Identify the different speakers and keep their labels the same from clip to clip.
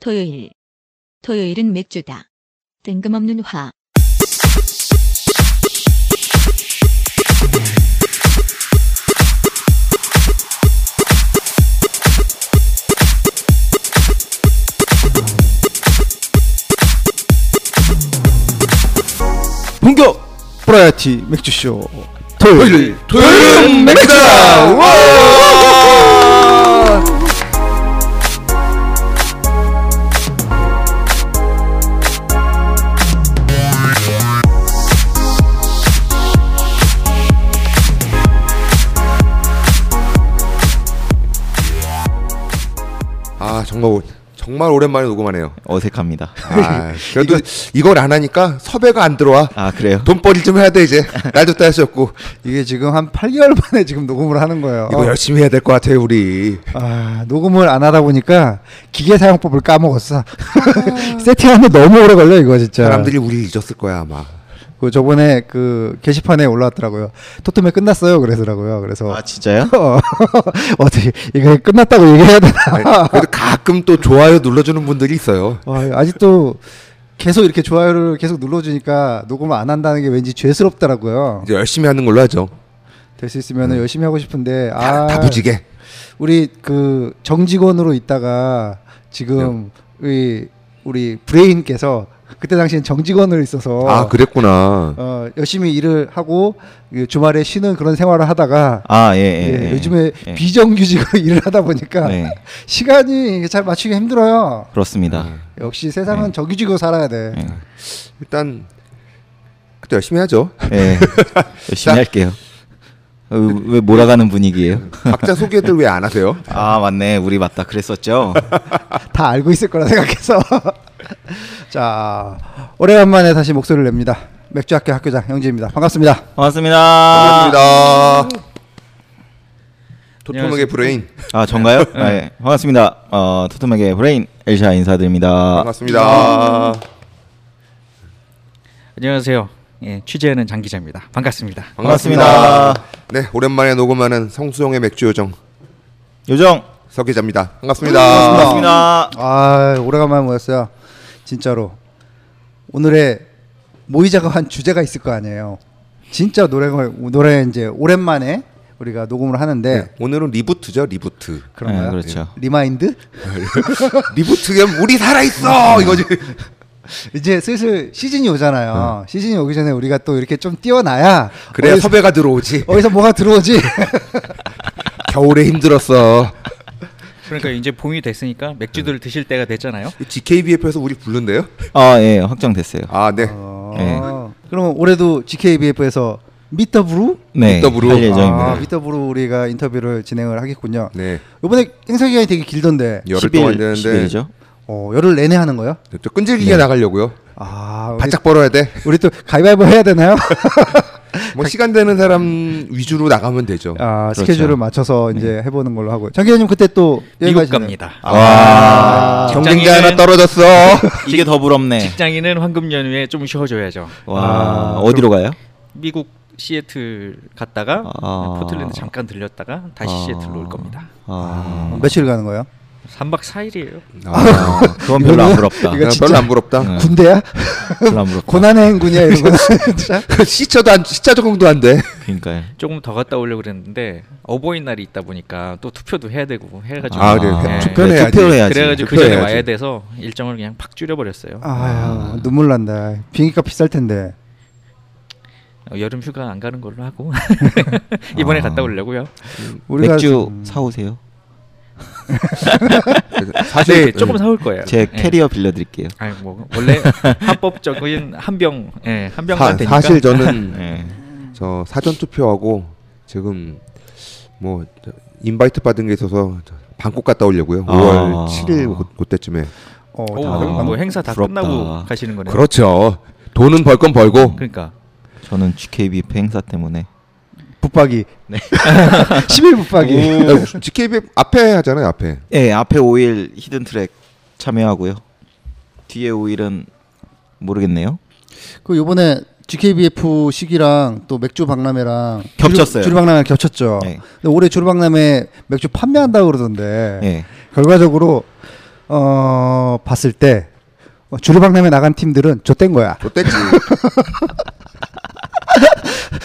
Speaker 1: 토요일. 토요일은 맥주다. 뜬금없는 화.
Speaker 2: 본격 브라이어티 맥주쇼 토요일
Speaker 3: 토요일
Speaker 2: 맥주다
Speaker 3: 아 정말 오- 정말 오랜만에 녹음하네요.
Speaker 4: 어색합니다.
Speaker 3: 아, 그래도 이걸 안 하니까 섭외가 안 들어와.
Speaker 4: 아 그래요?
Speaker 3: 돈벌이 좀 해야 돼 이제. 날도 따 할수 없고
Speaker 2: 이게 지금 한 8개월 만에 지금 녹음을 하는 거예요
Speaker 3: 이거 열심히 해야 될 것 같아요 우리.
Speaker 2: 아, 녹음을 안 하다 보니까 기계 사용법을 까먹었어 세팅하는 데 너무 오래 걸려 이거 진짜
Speaker 3: 사람들이 우리 잊었을 거야 아마.
Speaker 2: 그 저번에 그 게시판에 올라왔더라고요 토토맨 끝났어요 그러더라고요 그래서
Speaker 4: 아 진짜요?
Speaker 2: 어, 어떻게 이거 끝났다고 얘기해야
Speaker 3: 아니,
Speaker 2: 되나
Speaker 3: 네. 그래도 가끔 또 좋아요 눌러주는 분들이 있어요.
Speaker 2: 아, 아직도 계속 이렇게 좋아요를 계속 눌러주니까 녹음을 안 한다는 게 왠지 죄스럽더라고요
Speaker 3: 이제 열심히 하는 걸로 하죠.
Speaker 2: 될 수 있으면 열심히 하고 싶은데
Speaker 3: 다,
Speaker 2: 아,
Speaker 3: 다 부지게.
Speaker 2: 우리 그 정직원으로 있다가 지금
Speaker 4: 네.
Speaker 2: 우리 우리 브레인께서 그때 당시엔 정직원으로 있어서
Speaker 3: 아 그랬구나.
Speaker 2: 어, 열심히 일을 하고 그 주말에 쉬는 그런 생활을 하다가
Speaker 4: 아 예. 예,
Speaker 2: 예,
Speaker 4: 예.
Speaker 2: 요즘에
Speaker 4: 예.
Speaker 2: 비정규직으로 일을 하다 보니까
Speaker 4: 네.
Speaker 2: 시간이 잘 맞추기 힘들어요.
Speaker 4: 그렇습니다.
Speaker 2: 역시 세상은
Speaker 4: 네.
Speaker 2: 정규직으로 살아야 돼.
Speaker 4: 예.
Speaker 3: 일단 그때 열심히 하죠.
Speaker 4: 예. 열심히 할게요. 어, 왜 몰아가는 분위기예요?
Speaker 3: 각자 소개들 왜 안 하세요?
Speaker 4: 아 맞네, 우리 맞다 그랬었죠.
Speaker 2: 다 알고 있을 거라 생각해서 자 오래간만에 다시 목소리를 냅니다. 맥주학교 학교장 영지입니다. 반갑습니다.
Speaker 4: 반갑습니다.
Speaker 3: 아. 반갑습니다. 도톰하게
Speaker 5: 안녕하세요.
Speaker 3: 브레인
Speaker 4: 아 전가요? 아, 예. 반갑습니다. 어, 토토맥의 브레인 엘샤 인사드립니다.
Speaker 3: 아. 반갑습니다.
Speaker 5: 안녕하세요. 예, 취재하는 장 기자입니다. 반갑습니다.
Speaker 4: 반갑습니다.
Speaker 3: 네 오랜만에 녹음하는 성수용의 맥주 요정
Speaker 4: 요정.
Speaker 3: 서 기자입니다. 반갑습니다.
Speaker 4: 반갑습니다.
Speaker 2: 아 오래간만에 모였어요. 진짜로 오늘의 모이자가 한 주제가 있을 거 아니에요. 진짜 노래가 노래 이제 오랜만에 우리가 녹음을 하는데
Speaker 3: 네, 오늘은 리부트죠 리부트.
Speaker 2: 그런가요?
Speaker 4: 예, 그렇죠.
Speaker 2: 리마인드?
Speaker 3: 리부트면 우리 살아 있어 이거지.
Speaker 2: 이제 슬슬 시즌이 오잖아요. 시즌이 오기 전에 우리가 또 이렇게 좀 뛰어나야
Speaker 3: 그래야
Speaker 2: 어디서,
Speaker 3: 섭외가 들어오지.
Speaker 2: 어디서 뭐가 들어오지?
Speaker 3: 겨울에 힘들었어.
Speaker 5: 그러니까 이제 봄이 됐으니까 맥주들 드실 때가 됐잖아요.
Speaker 3: GKBF에서 우리 부른대요?
Speaker 4: 아 예, 확정됐어요. 예.
Speaker 3: 아 네.
Speaker 2: 어, 그럼 올해도 GKBF에서 미터브루?
Speaker 4: 네.
Speaker 3: 더불어.
Speaker 4: 할
Speaker 2: 아,
Speaker 4: 예정입니다.
Speaker 2: 미터브루 우리가 인터뷰를 진행을 하겠군요.
Speaker 3: 네.
Speaker 2: 이번에 행사 기간이 되게 길던데
Speaker 3: 열흘
Speaker 4: 10일,
Speaker 3: 동안 되는데
Speaker 4: 10일이죠.
Speaker 2: 어, 열흘 내내 하는 거요?
Speaker 3: 저 끈질기게 나가려고요.
Speaker 2: 아, 우리,
Speaker 3: 바짝 네. 벌어야 돼.
Speaker 2: 우리 또 가위바위보 해야 되나요?
Speaker 3: 뭐 시간 되는 사람 위주로 나가면 되죠.
Speaker 2: 아,
Speaker 4: 그렇죠.
Speaker 2: 스케줄을 맞춰서 이제 해보는 걸로 하고요. 장 기자님 그때 또
Speaker 5: 미국
Speaker 2: 여기까지는- 아,
Speaker 5: 갑니다.
Speaker 3: 와 경쟁자
Speaker 5: 직장인은-
Speaker 3: 하나 떨어졌어.
Speaker 4: 아, 이게 더 부럽네.
Speaker 5: 직장인은 황금 연휴에 좀 쉬어줘야죠.
Speaker 4: 와 어디로 가요?
Speaker 5: 미국 시애틀 갔다가
Speaker 4: 아.
Speaker 5: 포틀랜드 잠깐 들렸다가 다시
Speaker 4: 아.
Speaker 5: 시애틀로 올 겁니다.
Speaker 4: 아,
Speaker 2: 며칠 가는 거예요?
Speaker 5: 3박 4일이에요.
Speaker 3: 아,
Speaker 4: 그건 별로 안 부럽다.
Speaker 2: 이거
Speaker 3: 야,
Speaker 2: 진짜-
Speaker 3: 별로 안 부럽다.
Speaker 4: 네.
Speaker 2: 군대야?
Speaker 4: 별로 안 부럽다.
Speaker 2: 고난의 행군이야 이런 거 진짜?
Speaker 3: 네. 시차도 안, 시차 적응도 안 돼.
Speaker 4: 그러니까요.
Speaker 5: 조금 더 갔다 오려고 그랬는데 어버이날이 있다 보니까 또 투표도 해야 되고 해가지고
Speaker 3: 아, 그래.
Speaker 5: 예.
Speaker 3: 투표는 해야지.
Speaker 4: 투표를 해야지.
Speaker 5: 그래가지고 그 전에
Speaker 3: 투표해야지.
Speaker 5: 와야 돼서 일정을 그냥 팍 줄여버렸어요.
Speaker 2: 아유 눈물 난다 비행기값 비쌀 텐데
Speaker 5: 어, 여름 휴가 안 가는 걸로 하고 이번에
Speaker 4: 아.
Speaker 5: 갔다 오려고요.
Speaker 2: 우리가
Speaker 4: 맥주
Speaker 2: 음,
Speaker 4: 사오세요.
Speaker 5: 네,
Speaker 3: 사실
Speaker 5: 아, 조금 사올 거예요.
Speaker 4: 제
Speaker 5: 예.
Speaker 4: 캐리어 빌려드릴게요.
Speaker 5: 아니 뭐 원래 합법적인 한병 예,
Speaker 3: 사,
Speaker 5: 한병만 되니까
Speaker 3: 사실 저는
Speaker 4: 예.
Speaker 3: 저 사전 투표하고 지금 뭐저 인바이트 받은 게 있어서 저 방콕 갔다 오려고요.
Speaker 4: 아.
Speaker 3: 5월 7일 그- 그때쯤에.
Speaker 2: 어,
Speaker 5: 오,
Speaker 2: 다
Speaker 4: 아,
Speaker 5: 뭐 행사 다
Speaker 4: 부럽다.
Speaker 5: 끝나고 가시는 거네요.
Speaker 3: 그렇죠. 돈은 벌 건 벌고.
Speaker 5: 그러니까
Speaker 4: 저는 GKB 그 행사 때문에
Speaker 2: 붙박이 10일
Speaker 3: 예.
Speaker 2: 붙박이
Speaker 3: GKB 앞에 하잖아요, 앞에.
Speaker 4: 예 앞에 5일 히든 트랙 참여하고요. 뒤에 5일은 모르겠네요.
Speaker 2: 그 요번에 GKBF 시기랑 또 맥주 박람회랑
Speaker 4: 겹쳤어요.
Speaker 2: 주류 박람회 겹쳤죠
Speaker 4: 네.
Speaker 2: 네. 근데 올해 주류 박람회 맥주 판매한다고 그러던데
Speaker 4: 예.
Speaker 2: 결과적으로 어, 봤을 때 어, 주류박람회 나간 팀들은 좆된 거야.
Speaker 3: 좋댔지.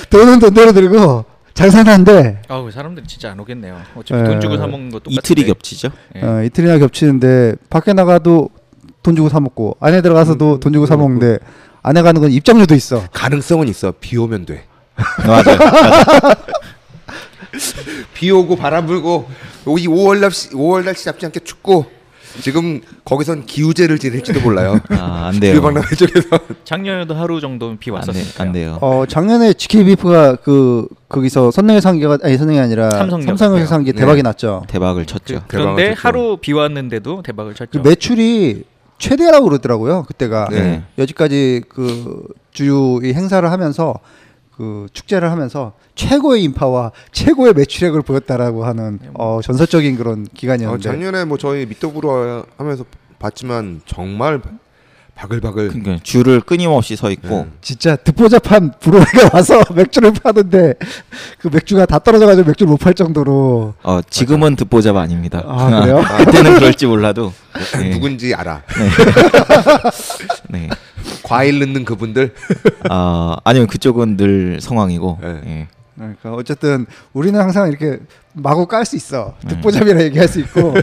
Speaker 2: 돈은 돈대로 들고 장사는 한데
Speaker 5: 아우 그 사람들 진짜 안 오겠네요. 어차피
Speaker 2: 에.
Speaker 5: 돈 주고 사 먹는 것도
Speaker 4: 이틀이 겹치죠.
Speaker 2: 어, 이틀이나 겹치는데 밖에 나가도 돈 주고 사 먹고 안에 들어가서도 돈 주고 사 먹는데 안에 가는 건 입장료도 있어.
Speaker 3: 가능성은 있어. 비 오면 돼.
Speaker 4: 맞아요.
Speaker 3: 비 오고 바람 불고 이 5월 날씨 5월 날씨 잡지 않게 춥고 지금 거기선 기우제를 지낼지도 몰라요. 그
Speaker 4: 아, 안 돼요.
Speaker 3: 일방남 쪽에서
Speaker 5: 작년에도 하루 정도는 비
Speaker 4: 안, 돼,
Speaker 5: 왔었으니까.
Speaker 4: 안 돼요.
Speaker 2: 어 작년에 GK 비프가 그 거기서 선릉의 상기가 아니 선릉이 아니라
Speaker 5: 삼성역.
Speaker 2: 삼성역 상기
Speaker 3: 네.
Speaker 2: 대박이 났죠.
Speaker 4: 대박을
Speaker 5: 그,
Speaker 4: 쳤죠.
Speaker 5: 그런데
Speaker 3: 대박을 쳤죠.
Speaker 5: 하루 비 왔는데도 대박을
Speaker 2: 그
Speaker 5: 쳤죠.
Speaker 2: 매출이 최대라고 그러더라고요. 그때가
Speaker 4: 네.
Speaker 2: 여지까지 그 주요 이 행사를 하면서 그 축제를 하면서 최고의 인파와 최고의 매출액을 보였다라고 하는 어 전설적인 그런
Speaker 4: 네.
Speaker 3: 어,
Speaker 2: 기간이었는데
Speaker 3: 작년에 뭐 저희 밑더불어 하면서 봤지만 정말 바글바글
Speaker 4: 그러니까 줄을 끊임없이 서 있고
Speaker 2: 진짜 듣보잡한 브로이가 와서 맥주를 파는데 그 맥주가 다 떨어져가지고 맥주를 못 팔 정도로
Speaker 4: 어, 지금은 듣보잡 아닙니다.
Speaker 2: 아, 그래요?
Speaker 4: 그때는 그럴지 몰라도 네.
Speaker 3: 누군지 알아.
Speaker 4: 네.
Speaker 3: 과일 넣는 그분들.
Speaker 4: 아 아니면 그쪽은 늘 상황이고.
Speaker 3: 네.
Speaker 4: 예.
Speaker 2: 그러니까 어쨌든 우리는 항상 이렇게 마구 깔 수 있어 듣보잡이라 얘기할 수 있고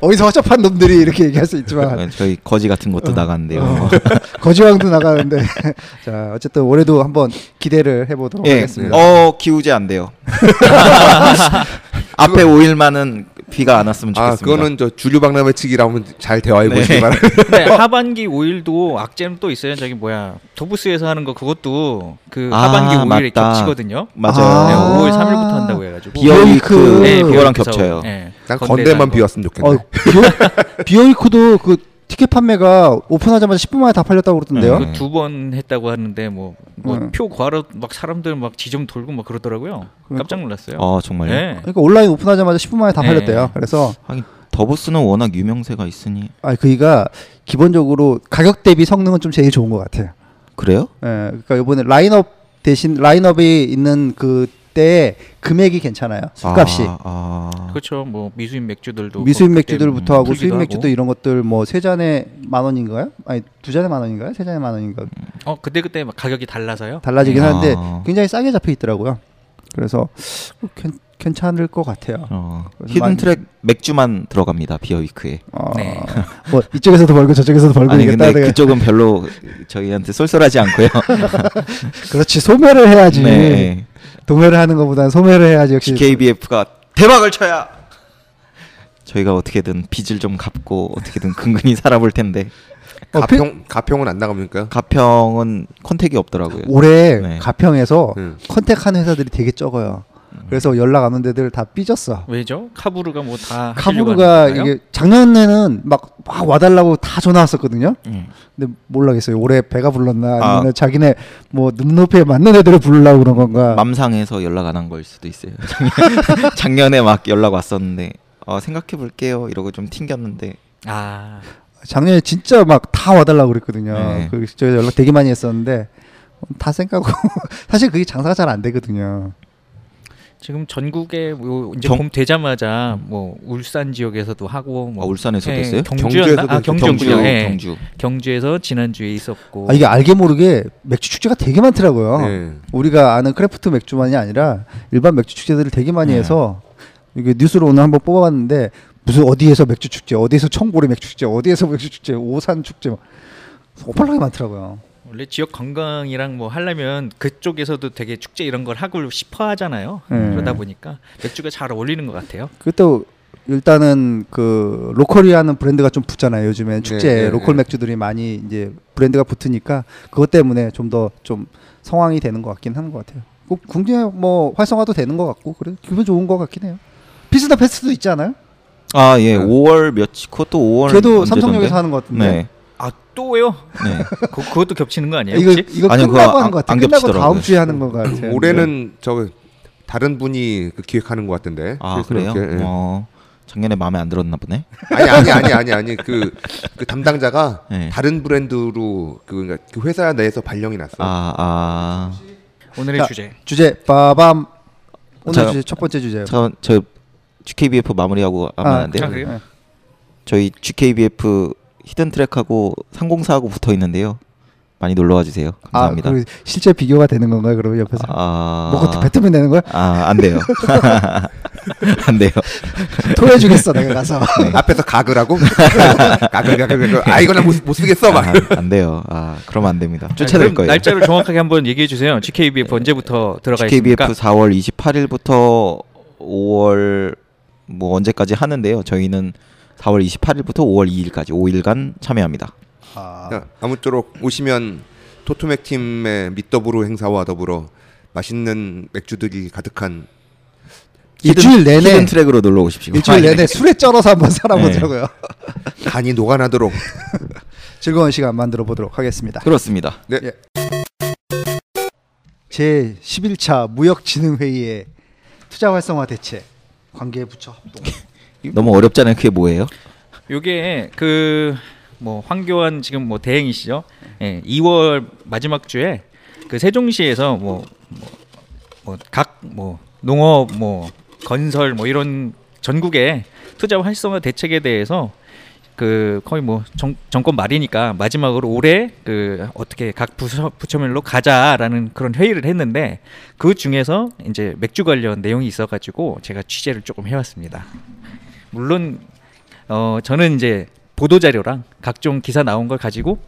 Speaker 2: 어디서 허접한 놈들이 이렇게 얘기할 수 있지만
Speaker 4: 그 저희 거지 같은 것도 나갔는데요.
Speaker 2: 아. 어, 거지왕도 나가는데 자 어쨌든 올해도 한번 기대를 해보도록
Speaker 4: 예.
Speaker 2: 하겠습니다.
Speaker 4: 어 기우제 안 돼요. 앞에 5일만은 비가 안 왔으면 좋겠습니다.
Speaker 3: 아 그거는 저 주류 박람회 측이라 하면 잘 대화해 보시기
Speaker 4: 네.
Speaker 3: 바랍니다.
Speaker 5: 근데 하반기 5일도 악재는 또 있어요. 저기 뭐야 도부스에서 하는 거 그것도 그
Speaker 4: 아,
Speaker 5: 하반기 5일에
Speaker 4: 맞다.
Speaker 5: 겹치거든요.
Speaker 2: 아.
Speaker 5: 네,
Speaker 4: 맞아요.
Speaker 2: 오-
Speaker 5: 5월 3일부터 한다고 해가지고
Speaker 4: 비어
Speaker 2: 비어위크.
Speaker 4: 위크 네, 비어랑
Speaker 5: 그래서,
Speaker 4: 겹쳐요.
Speaker 5: 예,
Speaker 3: 난
Speaker 5: 건대나
Speaker 3: 건대만
Speaker 5: 뭐.
Speaker 3: 비웠으면 좋겠네.
Speaker 2: 어, 비오, 비오이크도 그 티켓 판매가 오픈하자마자 10분 만에 다 팔렸다고 그러던데요.
Speaker 4: 네.
Speaker 5: 두 번 했다고 하는데 뭐 뭐
Speaker 2: 네.
Speaker 5: 표 구하러 막 사람들 막 지점 돌고 막 그러더라고요. 깜짝 놀랐어요.
Speaker 4: 어 정말요.
Speaker 5: 네.
Speaker 2: 그러니까 온라인 오픈하자마자 10분 만에 다
Speaker 5: 네.
Speaker 2: 팔렸대요. 그래서
Speaker 4: 하긴 더보스는 워낙 유명세가 있으니
Speaker 2: 아 그이가 기본적으로 가격 대비 성능은 좀 제일 좋은 것 같아요.
Speaker 4: 그래요?
Speaker 2: 예, 그러니까 이번에 라인업 대신 라인업이 있는 그때 금액이 괜찮아요. 술값이
Speaker 4: 아, 아.
Speaker 5: 그렇죠. 뭐 미수인 맥주들도
Speaker 2: 미수입
Speaker 5: 그때
Speaker 2: 맥주들부터
Speaker 5: 음,
Speaker 2: 하고
Speaker 5: 풀기도
Speaker 2: 수입 맥주도
Speaker 5: 하고.
Speaker 2: 이런 것들 뭐 세 잔에 만 원인가요? 아니 두 잔에 만 원인가요? 세 잔에 만 원인가
Speaker 5: 어 그때 그때 막 가격이 달라서요.
Speaker 2: 달라지긴
Speaker 4: 아.
Speaker 2: 하는데 굉장히 싸게 잡혀 있더라고요. 그래서 괜, 괜찮을 것 같아요.
Speaker 4: 어,
Speaker 2: 그래서
Speaker 4: 히든
Speaker 2: 많이-
Speaker 4: 트랙 맥주만 들어갑니다 비어 위크에.
Speaker 2: 어,
Speaker 5: 네.
Speaker 2: 뭐 이쪽에서도 벌고 저쪽에서도 벌고
Speaker 4: 아니
Speaker 2: 이겠다.
Speaker 4: 근데 그쪽은 별로 저희한테 쏠쏠하지 않고요.
Speaker 2: 그렇지 소매를 해야지.
Speaker 4: 네.
Speaker 2: 도매를 하는 것보다는 소매를 해야지 역시. 어,
Speaker 4: GKBF가 대박을 쳐야 저희가 어떻게든 빚을 좀 갚고 어떻게든 근근히 살아볼 텐데 그
Speaker 2: 어, 피-
Speaker 3: 가평 가평은 안
Speaker 4: 어.
Speaker 3: 나갑니까?
Speaker 4: 가평은 컨택이 없더라고요.
Speaker 2: 올해
Speaker 4: 네.
Speaker 2: 가평에서
Speaker 3: 음.
Speaker 2: 컨택한 회사들이 되게 적어요. 그래서 연락 안 온 데들 다 삐졌어.
Speaker 5: 왜죠? 카부르가 뭐 다
Speaker 2: 카브르가 이게 작년에는 막, 막 와달라고 다 전화 왔었거든요.
Speaker 4: 음.
Speaker 2: 근데 몰라겠어요. 올해 배가 불렀나
Speaker 4: 아.
Speaker 2: 아니면 자기네 뭐 눈높이에 맞는 애들을 부르려고 그런 건가.
Speaker 4: 맘상에서 연락 안 한 걸 수도 있어요. 작년에 막 연락 왔었는데 어, 생각해 볼게요 이러고 좀 튕겼는데
Speaker 5: 아
Speaker 2: 작년에 진짜 막 다 와달라고 그랬거든요.
Speaker 4: 네.
Speaker 2: 그 저희 연락 되게 많이 했었는데 다 생각하고 사실 그게 장사가 잘 안 되거든요.
Speaker 5: 지금 전국에 뭐 이제
Speaker 4: 정-
Speaker 5: 봄 되자마자 뭐 울산 지역에서도 하고 뭐
Speaker 4: 아, 울산에서도
Speaker 5: 예,
Speaker 4: 했어요?
Speaker 5: 경주였나? 아,
Speaker 3: 경주에서도
Speaker 5: 경주군요.
Speaker 4: 경주,
Speaker 5: 예.
Speaker 4: 경주.
Speaker 5: 경주에서 지난주에 있었고
Speaker 2: 아, 이게 알게 모르게 맥주 축제가 되게 많더라고요.
Speaker 4: 아,
Speaker 3: 네.
Speaker 2: 우리가 아는 크래프트 맥주만이 아니라 일반 맥주 축제들을 되게 많이
Speaker 4: 네.
Speaker 2: 해서 이게 뉴스로 오늘 한번 뽑아봤는데 무슨 어디에서 맥주 축제, 어디에서 청보리 맥주 축제, 어디에서 맥주 축제, 오산 축제 막 오팔락이 많더라고요.
Speaker 5: 원래 지역 관광이랑 뭐 하려면 그쪽에서도 되게 축제 이런 걸 하고 싶어 하잖아요.
Speaker 2: 음.
Speaker 5: 그러다 보니까 맥주가 잘 어울리는 것 같아요.
Speaker 2: 그것도 일단은 그 로컬이 하는 브랜드가 좀 붙잖아요. 요즘엔 축제에
Speaker 3: 네, 네,
Speaker 2: 로컬
Speaker 3: 네.
Speaker 2: 맥주들이 많이 이제 브랜드가 붙으니까 그것 때문에 좀 더 좀 성황이 되는 것 같긴 하는 것 같아요. 꼭 국내 뭐 활성화도 되는 것 같고 그래 기분 좋은 것 같긴 해요. 피스나 페스트도 있지 않아요?
Speaker 4: 아, 예.
Speaker 3: 네.
Speaker 4: 5월 며칠 그것도 5월
Speaker 2: 걔도
Speaker 4: 언제던데?
Speaker 2: 삼성역에서 하는 것 같은데.
Speaker 4: 네.
Speaker 5: 아 또요?
Speaker 4: 네.
Speaker 5: 그, 그것도 겹치는 거 아니에요?
Speaker 2: 이거
Speaker 5: 혹시?
Speaker 2: 이거
Speaker 4: 아니요, 그거
Speaker 2: 끝나고
Speaker 4: 안-
Speaker 2: 하는 것 같아.
Speaker 4: 안
Speaker 2: 끝나고
Speaker 4: 겹치더라고요.
Speaker 2: 다음 주에 하는 것
Speaker 4: 네.
Speaker 2: 네. 같아.
Speaker 3: 올해는 저 다른 분이 그 기획하는 것 같은데.
Speaker 4: 아
Speaker 3: 실수로
Speaker 4: 그래요?
Speaker 3: 이렇게, 예.
Speaker 4: 어, 작년에 마음에 안 들었나 보네.
Speaker 3: 아니 아니 아니 아니 아니 그, 그 담당자가
Speaker 4: 네.
Speaker 3: 다른 브랜드로 그, 그러니까 그 회사 내에서 발령이 났어.
Speaker 4: 아, 아.
Speaker 5: 오늘의
Speaker 2: 자,
Speaker 5: 주제.
Speaker 2: 주제 빠밤. 오늘
Speaker 4: 자,
Speaker 2: 주제 첫 번째 주제예요.
Speaker 4: 잠깐 저 GKBF 마무리하고 하면
Speaker 2: 아,
Speaker 4: 안 돼요?
Speaker 5: 아, 그래요?
Speaker 4: 저희 GKBF 히든 트랙하고 304하고 붙어 있는데요. 많이 놀러와 주세요. 감사합니다.
Speaker 2: 아, 그리고 실제 비교가 되는 건가요? 그러면 옆에서
Speaker 4: 아,
Speaker 2: 뭐 그것도 배트맨 되는 거야?
Speaker 4: 아, 안 돼요. 안 돼요. 네.
Speaker 2: 토해 주겠어 내가 가서.
Speaker 4: 아,
Speaker 3: 앞에서 가글 하고 가글 가글 가글 아 이거는 못, 못 쓰겠어 막
Speaker 4: 아, 안 돼요. 아, 그러면 안 됩니다.
Speaker 5: 아니,
Speaker 4: 쫓아낼
Speaker 5: 그럼
Speaker 4: 거예요.
Speaker 5: 날짜를 정확하게 한번 얘기해 주세요. GKBF 언제부터 들어가
Speaker 4: GKBF
Speaker 5: 있습니까?
Speaker 4: 4월 28일부터 5월 뭐 언제까지 하는데요. 저희는 4월 28일부터 5월 2일까지 5일간 참여합니다.
Speaker 2: 아,
Speaker 4: 그러니까
Speaker 3: 자, 아무쪼록 오시면 토토맥 팀의 밑더불어 행사와 더불어 맛있는 맥주들이 가득한
Speaker 2: 일주일 내내-
Speaker 4: 히든 아, 예. 트랙으로 놀러 오십시오. 네.
Speaker 2: 일주일 내내 술에 쩔어서 한번 살아보자고요.
Speaker 3: 간이 녹아나도록
Speaker 2: 즐거운 시간 만들어 보도록 하겠습니다.
Speaker 4: 그렇습니다.
Speaker 3: 네.
Speaker 2: 예. 제 11차 무역진흥회의의 투자 활성화 대책 관계 부처 합동.
Speaker 4: 너무 어렵잖아요. 그게 뭐예요?
Speaker 5: 요게 그 뭐 황교안 지금 뭐 대행이시죠? 예, 2월 마지막 주에 그 세종시에서 뭐 뭐 각 뭐 농업 뭐 건설 뭐 이런 전국의 투자 활성화 대책에 대해서 그 거의 뭐 정, 정권 말이니까 마지막으로 올해 그 어떻게 각 부처, 부처별로 가자라는 그런 회의를 했는데 그 중에서 이제 맥주 관련 내용이 있어가지고 제가 취재를 조금 해왔습니다. 물론 어 저는 이제 보도 자료랑 각종 기사 나온 걸 가지고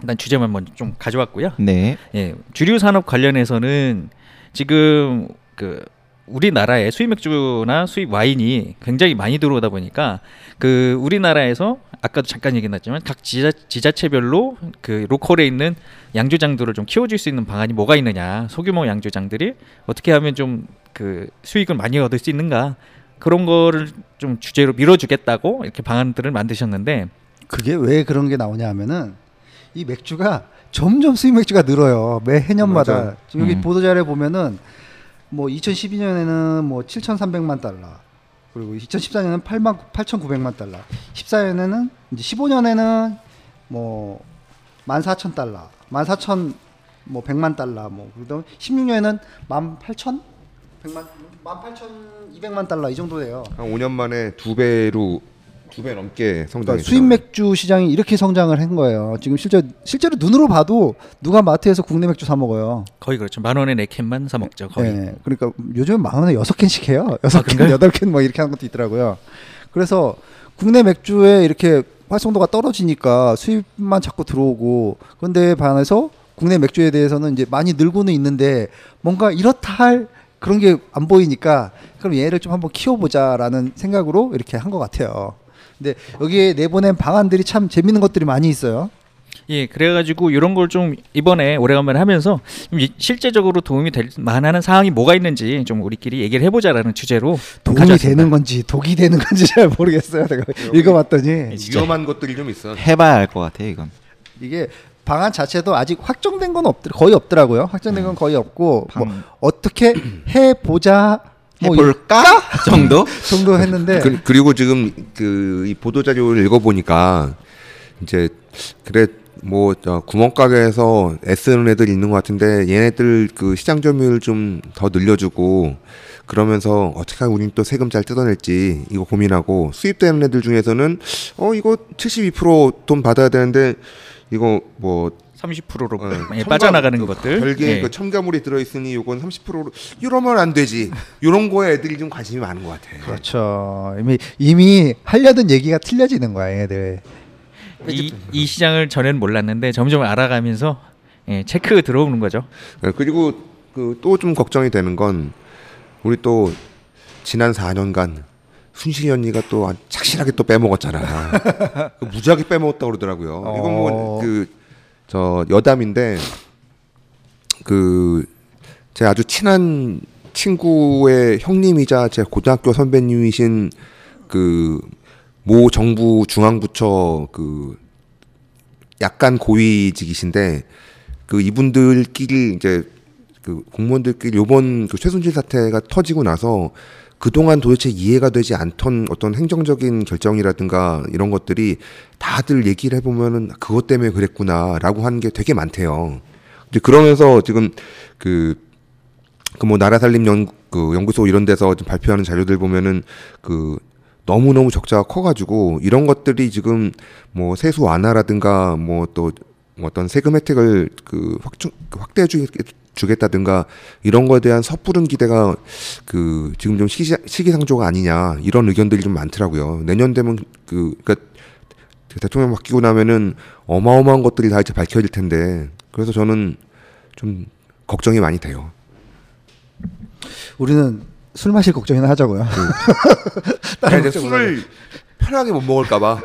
Speaker 5: 일단 주제만 먼저 좀 가져왔고요.
Speaker 4: 네.
Speaker 5: 예, 주류 산업 관련해서는 지금 그 우리나라에 수입 맥주나 수입 와인이 굉장히 많이 들어오다 보니까 그 우리나라에서 아까도 잠깐 얘기 났지만 각 지자, 지자체별로 그 로컬에 있는 양조장들을 좀 키워줄 수 있는 방안이 뭐가 있느냐 소규모 양조장들이 어떻게 하면 좀 그 수익을 많이 얻을 수 있는가 그런 거를 좀 주제로 밀어주겠다고 이렇게 방안들을 만드셨는데
Speaker 2: 그게 왜 그런 게 나오냐 하면은 이 맥주가 점점 수입 맥주가 늘어요. 매 해년마다.
Speaker 3: 맞아요.
Speaker 2: 지금 여기
Speaker 4: 음.
Speaker 2: 보도 자료에 보면은 뭐 2012년에는 뭐 7,300만 달러. 그리고 2014년은 8만 8,900만 달러. 14년에는 이제 15년에는 뭐 14,000달러. 14,000 뭐 100만 달러 뭐 그다음 16년에는 18,000 100만 18,200만 달러 이 정도 돼요.
Speaker 3: 한 5년 만에 두 배로 두 배 넘게
Speaker 2: 그러니까
Speaker 3: 성장했죠.
Speaker 2: 수입 맥주 시장이 이렇게 성장을 한 거예요. 지금 실제 실제로 눈으로 봐도 누가 마트에서 국내 맥주 사 먹어요.
Speaker 5: 거의 그렇죠 만 원에 네 캔만 사 먹죠 거의 아,
Speaker 2: 예, 그러니까 요즘 만 원에 여섯 캔씩 해요. 여섯 캔,
Speaker 5: 그런가요?
Speaker 2: 여덟 캔 뭐 이렇게 하는 것도 있더라고요. 그래서 국내 맥주에 이렇게 활성도가 떨어지니까 수입만 자꾸 들어오고 그런데 반해서 국내 맥주에 대해서는 이제 많이 늘고는 있는데 뭔가 이렇다 할 그런 게 안 보이니까 그럼 얘를 좀 한번 키워보자라는 생각으로 이렇게 한 것 같아요. 근데 여기에 내보낸 방안들이 참 재밌는 것들이 많이 있어요.
Speaker 5: 예, 그래가지고 이런 걸 좀 이번에 오래간만에 하면서 좀 이- 실제적으로 도움이 될 만한 사항이 뭐가 있는지 좀 우리끼리 얘기를 해보자라는 주제로
Speaker 2: 도움이
Speaker 5: 가져왔습니다.
Speaker 2: 되는 건지 독이 되는 건지 잘 모르겠어요. 내가 읽어봤더니
Speaker 4: 진짜.
Speaker 3: 위험한 것들이 좀 있어.
Speaker 4: 해봐야 알 것 같아요. 이건
Speaker 2: 이게 방안 자체도 아직 확정된 건 없더 거의 없더라고요. 확정된 건 거의 없고 뭐 어떻게 해 보자 뭐 이-
Speaker 4: 해볼까 정도.
Speaker 2: 정도
Speaker 5: 네.
Speaker 2: 했는데
Speaker 3: 그, 그리고 지금 그 이 보도 자료를 읽어보니까 이제 그래 뭐 저 구멍가게에서 애쓰는 애들 있는 것 같은데 얘네들 그 시장 점유율 좀 더 늘려주고 그러면서 어떻게 하면 우린 또 세금 잘 뜯어낼지 이거 고민하고 수입되는 애들 중에서는 어 이거 72%돈 받아야 되는데 이거 뭐
Speaker 5: 30%로
Speaker 3: 어,
Speaker 5: 예,
Speaker 3: 첨가-
Speaker 5: 빠져나가는 것들.
Speaker 3: 별개 의
Speaker 5: 예.
Speaker 3: 그 첨가물이 들어있으니 요건 30%로 이러면 안 되지 이런 거에 애들이 좀 관심이 많은 것 같아.
Speaker 2: 그렇죠. 이미 이미 하려던 얘기가 틀려지는 거야, 얘들.
Speaker 5: 이, 이 시장을 전에는 몰랐는데 점점 알아가면서 예, 체크 들어오는 거죠.
Speaker 3: 네, 그리고 그 또 좀 걱정이 되는 건 우리 또 지난 4년간 순실이 언니가 또 아주 착실하게 또 빼먹었잖아. 그 무지하게 빼먹었다고 그러더라고요. 이건
Speaker 2: 어.
Speaker 3: 뭐 그 저 여담인데 그 제 아주 친한 친구의 형님이자 제 고등학교 선배님이신 그 모 정부 중앙부처 그 약간 고위직이신데 그 이분들끼리 이제 그 공무원들끼리 요번 그 최순실 사태가 터지고 나서 그동안 도대체 이해가 되지 않던 어떤 행정적인 결정이라든가 이런 것들이 다들 얘기를 해보면은 그것 때문에 그랬구나라고 하는 게 되게 많대요. 이제 그러면서 지금 그 그 뭐 나라살림 연구, 그 연구소 이런 데서 좀 발표하는 자료들 보면은 그 너무너무 적자가 커가지고 이런 것들이 지금 뭐 세수 완화라든가 뭐 또 어떤 세금 혜택을 그 확충 확대해 주- 주겠다든가 이런 거에 대한 섣부른 기대가 그 지금 좀 시기, 시기상조가 아니냐 이런 의견들이 좀 많더라고요. 내년 되면 그 그러니까 대통령 바뀌고 나면은 어마어마한 것들이 다 이제 밝혀질 텐데 그래서 저는 좀 걱정이 많이 돼요.
Speaker 2: 우리는 술 마실 걱정이나 하자고요.
Speaker 3: 야, 이제 술을 편하게 못 먹을까봐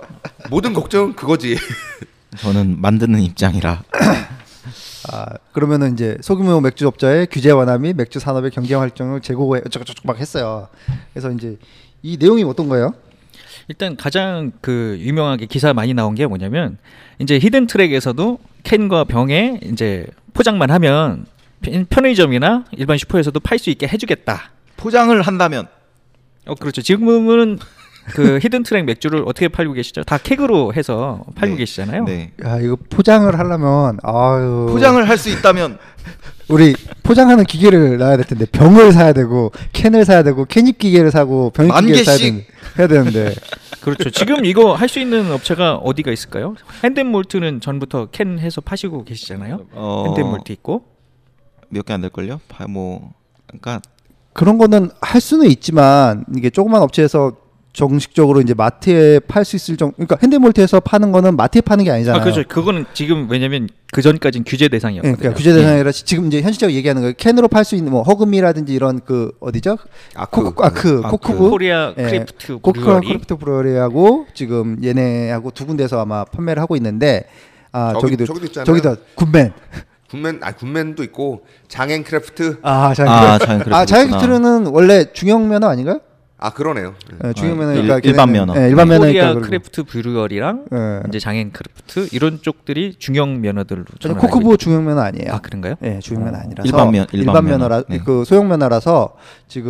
Speaker 3: 모든 걱정은 그거지.
Speaker 4: 저는 만드는 입장이라
Speaker 2: 아, 그러면은 이제 소규모 맥주 업자의 규제 완화 및 맥주 산업의 경쟁 활동을 제고해 어쩌고저쩌고 막 했어요. 그래서 이제 이 내용이 어떤 거예요?
Speaker 5: 일단 가장 그 유명하게 기사 많이 나온 게 뭐냐면 이제 히든 트랙에서도 캔과 병에 이제 포장만 하면 편- 편의점이나 일반 슈퍼에서도 팔 수 있게 해주겠다.
Speaker 4: 포장을 한다면
Speaker 5: 어 그렇죠. 지금은 그 히든 트랙 맥주를 어떻게 팔고 계시죠? 다 팩으로 해서 팔고
Speaker 4: 네.
Speaker 5: 계시잖아요.
Speaker 4: 네.
Speaker 2: 야, 이거 포장을 하려면 아유.
Speaker 4: 포장을 할 수 있다면
Speaker 2: 우리 포장하는 기계를 놔야 될 텐데 병을 사야 되고 캔을 사야 되고 캔입 기계를 사고 병입
Speaker 4: 만
Speaker 2: 기계를 사야
Speaker 4: 개씩.
Speaker 2: 되는, 해야 되는데
Speaker 5: 그렇죠. 지금 이거 할 수 있는 업체가 어디가 있을까요? 핸드몰트는 전부터 캔 해서 파시고 계시잖아요.
Speaker 4: 어,
Speaker 5: 핸드몰트 있고.
Speaker 4: 몇 개 안 될 걸요? 뭐 그러니까
Speaker 2: 그런 거는 할 수는 있지만 이게 조그만 업체에서 정식적으로 이제 마트에 팔 수 있을 정도 그러니까 핸드몰트에서 파는 거는 마트에 파는 게 아니잖아요.
Speaker 5: 아 그렇죠. 그거는 지금 왜냐면 그 전까지는 규제
Speaker 2: 예,
Speaker 5: 대상이었거든요.
Speaker 2: 그러니까 규제 대상이라 지금 이제 현실적으로 얘기하는 거예요. 캔으로 팔 수 있는 뭐 허금이라든지 이런 그 어디죠?
Speaker 3: 아크.
Speaker 2: 코크- 아크,
Speaker 3: 아크.
Speaker 2: 코크부?
Speaker 5: 네. 코리아 그
Speaker 2: 예,
Speaker 5: 크래프트
Speaker 2: 코크와
Speaker 5: 브루어리.
Speaker 2: 크래프트 브루어리하고 지금 얘네하고 두 군데서 아마 판매를 하고 있는데 아
Speaker 3: 저기-
Speaker 2: 저기도
Speaker 3: 저기도 있잖아요.
Speaker 2: 저기다 굿맨
Speaker 3: 군맨 아 군맨도 있고 장행 크래프트
Speaker 2: 아
Speaker 4: 아,
Speaker 2: 자연
Speaker 4: 자연
Speaker 2: 크래프트
Speaker 4: 크래프트
Speaker 2: 아 자연 크래프트는 원래 중형 면허 아닌가요?
Speaker 3: 아 그러네요.
Speaker 2: 예, 중형
Speaker 4: 아,
Speaker 2: 면허
Speaker 4: 일- 일반 면허.
Speaker 2: 예, 일반 면허니까
Speaker 5: 코리아
Speaker 2: 그리고.
Speaker 5: 크래프트 브루어리랑
Speaker 2: 예.
Speaker 5: 이제 장행 크래프트 이런 쪽들이 중형 면허들로
Speaker 2: 저는
Speaker 5: 저는 알고
Speaker 2: 코크보 중형 면허 아니에요.
Speaker 5: 있- 아 그런가요?
Speaker 2: 예, 주요 면허 아니라서
Speaker 4: 일반 면- 일반 면허.
Speaker 2: 면허라
Speaker 4: 네.
Speaker 2: 그 소형 면허라서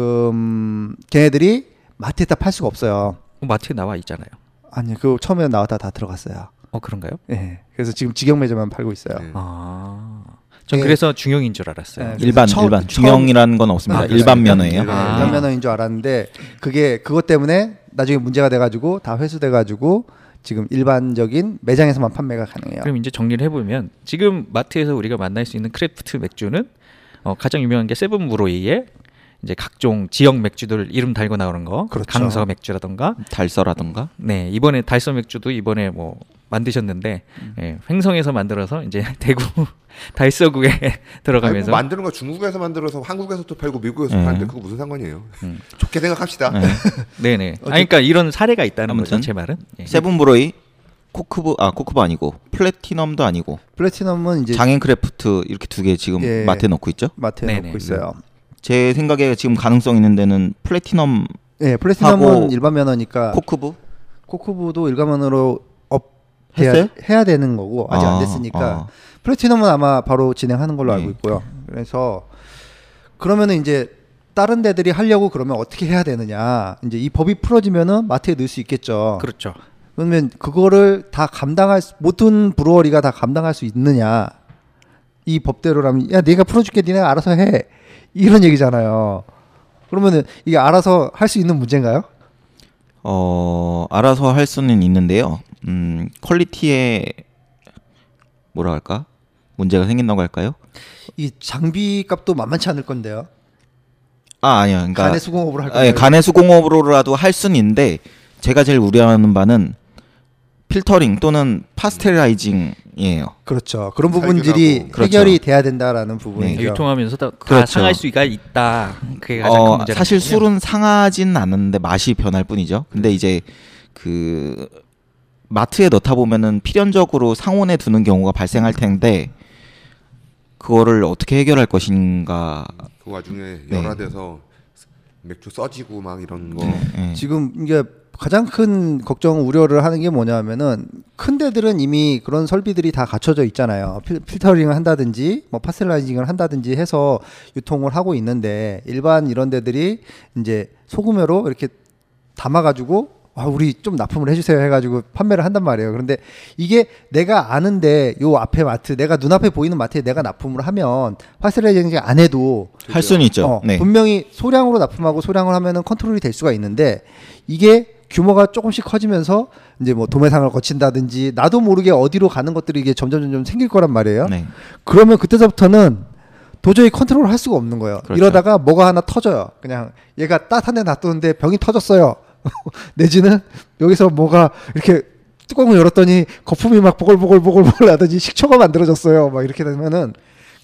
Speaker 2: 지금 걔네들이 마트에다 팔 수가 없어요.
Speaker 5: 어, 마트에 나와 있잖아요.
Speaker 2: 아니 그 처음에 나왔다 다 들어갔어요.
Speaker 5: 어 그런가요?
Speaker 2: 예. 그래서 지금 직영 매장만 팔고 있어요.
Speaker 3: 네.
Speaker 5: 아전
Speaker 2: 음. 예.
Speaker 5: 그래서 중형인 줄 알았어요.
Speaker 2: 예, 그래서
Speaker 4: 일반
Speaker 2: 처음-
Speaker 4: 일반
Speaker 2: 처음-
Speaker 4: 중형이라는 건
Speaker 2: 아,
Speaker 4: 없습니다.
Speaker 2: 그래요?
Speaker 4: 일반
Speaker 2: 일반-
Speaker 4: 면허예요.
Speaker 2: 네,
Speaker 5: 아.
Speaker 2: 일반 면허인 줄 알았는데 그게 그것 때문에 나중에 문제가 돼가지고 다 회수돼가지고 지금 일반적인 매장에서만 판매가 가능해요.
Speaker 5: 그럼 이제 정리를 해보면 지금 마트에서 우리가 만날 수 있는 크래프트 맥주는 어, 가장 유명한 게 세븐브로이의 이제 각종 지역 맥주들 이름 달고 나오는 거,
Speaker 2: 그렇죠.
Speaker 5: 강서 맥주라던가,
Speaker 4: 달서라던가
Speaker 5: 네 이번에 달서 맥주도 이번에 뭐 만드셨는데
Speaker 2: 음.
Speaker 5: 예, 횡성에서 만들어서 이제 대구 달서구에
Speaker 3: 아니,
Speaker 5: 들어가면서
Speaker 3: 뭐 만드는 거 중국에서 만들어서 한국에서도 팔고 미국에서
Speaker 4: 네.
Speaker 3: 팔는데 그거 무슨 상관이에요?
Speaker 5: 음.
Speaker 3: 좋게 생각합시다.
Speaker 5: 네네. 아 그러니까 이런 사례가 있다는 거죠.
Speaker 4: 아무튼
Speaker 5: 제 말은. 예.
Speaker 4: 세븐브로이 코크브 아 코크브 아니고 플래티넘도 아니고
Speaker 2: 플래티넘은 이제
Speaker 4: 장앤크래프트 이렇게 두 개 지금
Speaker 2: 예.
Speaker 4: 마트에 넣고 있죠.
Speaker 2: 마트에
Speaker 5: 네네.
Speaker 2: 놓고 있어요.
Speaker 4: 제 생각에 지금 가능성 있는 데는 플래티넘
Speaker 2: 예, 플래티넘은
Speaker 4: 네. 하고
Speaker 2: 일반 면허니까
Speaker 4: 코크브
Speaker 2: 코크부도 일가면으로 업
Speaker 4: 했어요?
Speaker 2: 해야, 해야 되는 거고 아직
Speaker 4: 아,
Speaker 2: 안 됐으니까
Speaker 4: 아.
Speaker 2: 플래티넘은 아마 바로 진행하는 걸로 알고
Speaker 4: 네.
Speaker 2: 있고요. 그래서 그러면은 이제 다른 데들이 하려고 그러면 어떻게 해야 되느냐? 이제 이 법이 풀어지면은 마트에 넣을 수 있겠죠.
Speaker 5: 그렇죠.
Speaker 2: 그러면 그거를 다 감당할 수, 모든 브루어리가 다 감당할 수 있느냐? 이 법대로라면 야 내가 풀어줄게 니네가 알아서 해 이런 얘기잖아요. 그러면은 이게 알아서 할 수 있는 문제인가요?
Speaker 4: 어 알아서 할 수는 있는데요. 음 퀄리티에 뭐라 할까 문제가 생긴다고 할까요?
Speaker 2: 이 장비 값도 만만치 않을 건데요.
Speaker 4: 아 아니요. 그러니까
Speaker 2: 간의 수공업으로 할
Speaker 4: 아, 예,
Speaker 2: 건데요.
Speaker 4: 간해수 공업으로라도 할 수는 있는데 제가 제일 우려하는 바는 필터링 또는 파스테라이징이에요.
Speaker 2: 그렇죠.
Speaker 3: 살균하고.
Speaker 2: 그런 부분들이
Speaker 4: 그렇죠.
Speaker 2: 해결이 돼야 된다라는 부분이죠.
Speaker 5: 유통하면서 다, 다
Speaker 4: 그렇죠.
Speaker 5: 상할 수가 있다.
Speaker 2: 예,
Speaker 5: 그게 가장 큰
Speaker 4: 어,
Speaker 5: 문제.
Speaker 4: 사실 술은 상하진 않는데 맛이 변할 뿐이죠. 근데 이제 그 마트에 넣다 보면은 필연적으로 상온에 두는 경우가 발생할 텐데 그거를 어떻게 해결할 것인가.
Speaker 3: 그 와중에
Speaker 4: 네.
Speaker 3: 열화돼서 맥주 써지고 막 이런 거.
Speaker 4: 예.
Speaker 2: 지금 이게 가장 큰 걱정 우려를 하는 게 뭐냐면은 큰 데들은 이미 그런 설비들이 다 갖춰져 있잖아요. 필, 필터링을 한다든지 뭐 파스텔라이징을 한다든지 해서 유통을 하고 있는데 일반 이런 데들이 이제 소금으로 이렇게 담아가지고 아 우리 좀 납품을 해주세요 해가지고 판매를 한단 말이에요. 그런데 이게 내가 아는데 요 앞에 마트 내가 눈앞에 보이는 마트에 내가 납품을 하면 파스텔라이징 안 해도
Speaker 4: 할 수는 있죠.
Speaker 2: 어,
Speaker 4: 네.
Speaker 2: 분명히 소량으로 납품하고 소량을 하면은 컨트롤이 될 수가 있는데 이게 규모가 조금씩 커지면서 이제 뭐 도매상을 거친다든지 나도 모르게 어디로 가는 것들이 이게 점점 점점 생길 거란 말이에요.
Speaker 4: 네.
Speaker 2: 그러면 그때서부터는 도저히 컨트롤을 할 수가 없는 거예요.
Speaker 4: 그렇죠.
Speaker 2: 이러다가 뭐가 하나 터져요. 그냥 얘가 따뜻한 데 놔두는데 병이 터졌어요. 내지는 여기서 뭐가 이렇게 뚜껑을 열었더니 거품이 막 보글보글보글보글 나더니 식초가 만들어졌어요. 막 이렇게 되면은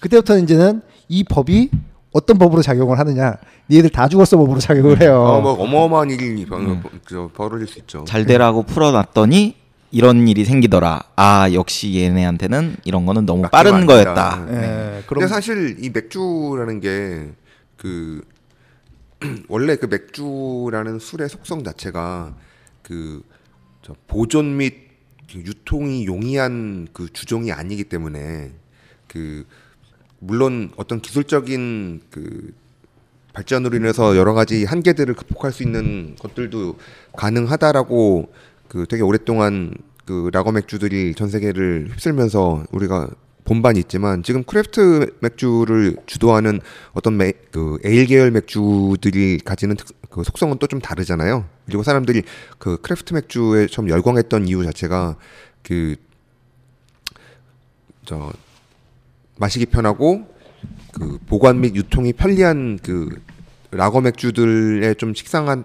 Speaker 2: 그때부터 이제는 이 법이 어떤 법으로 작용을 하느냐. 니들 다 죽었어 법으로
Speaker 4: 네.
Speaker 2: 작용을 해요.
Speaker 3: 어, 뭐 어마어마한 일이 벌, 저, 벌어질 수 있죠.
Speaker 4: 잘 되라고 풀어놨더니 이런 일이 생기더라. 아 역시 얘네한테는 이런 거는 너무
Speaker 3: 맞기만
Speaker 4: 뭐 빠른
Speaker 3: 하다.
Speaker 4: 거였다.
Speaker 3: 예.
Speaker 2: 예,
Speaker 3: 근데
Speaker 2: 그럼
Speaker 3: 사실 이 맥주라는 게 그 원래 그 맥주라는 술의 속성 자체가 그저 보존 및그 유통이 용이한 그 주종이 아니기 때문에 그 물론 어떤 기술적인 그 발전으로 인해서 여러 가지 한계들을 극복할 수 있는 것들도 가능하다라고 그 되게 오랫동안 그 라거 맥주들이 전 세계를 휩쓸면서 우리가 본반이 있지만 지금 크래프트 맥주를 주도하는 어떤 메, 그 에일 계열 맥주들이 가지는 특- 그 속성은 또 좀 다르잖아요. 그리고 사람들이 그 크래프트 맥주에 좀 열광했던 이유 자체가 그 저 마시기 편하고 그 보관 및 유통이 편리한 그 라거 맥주들에 좀 식상한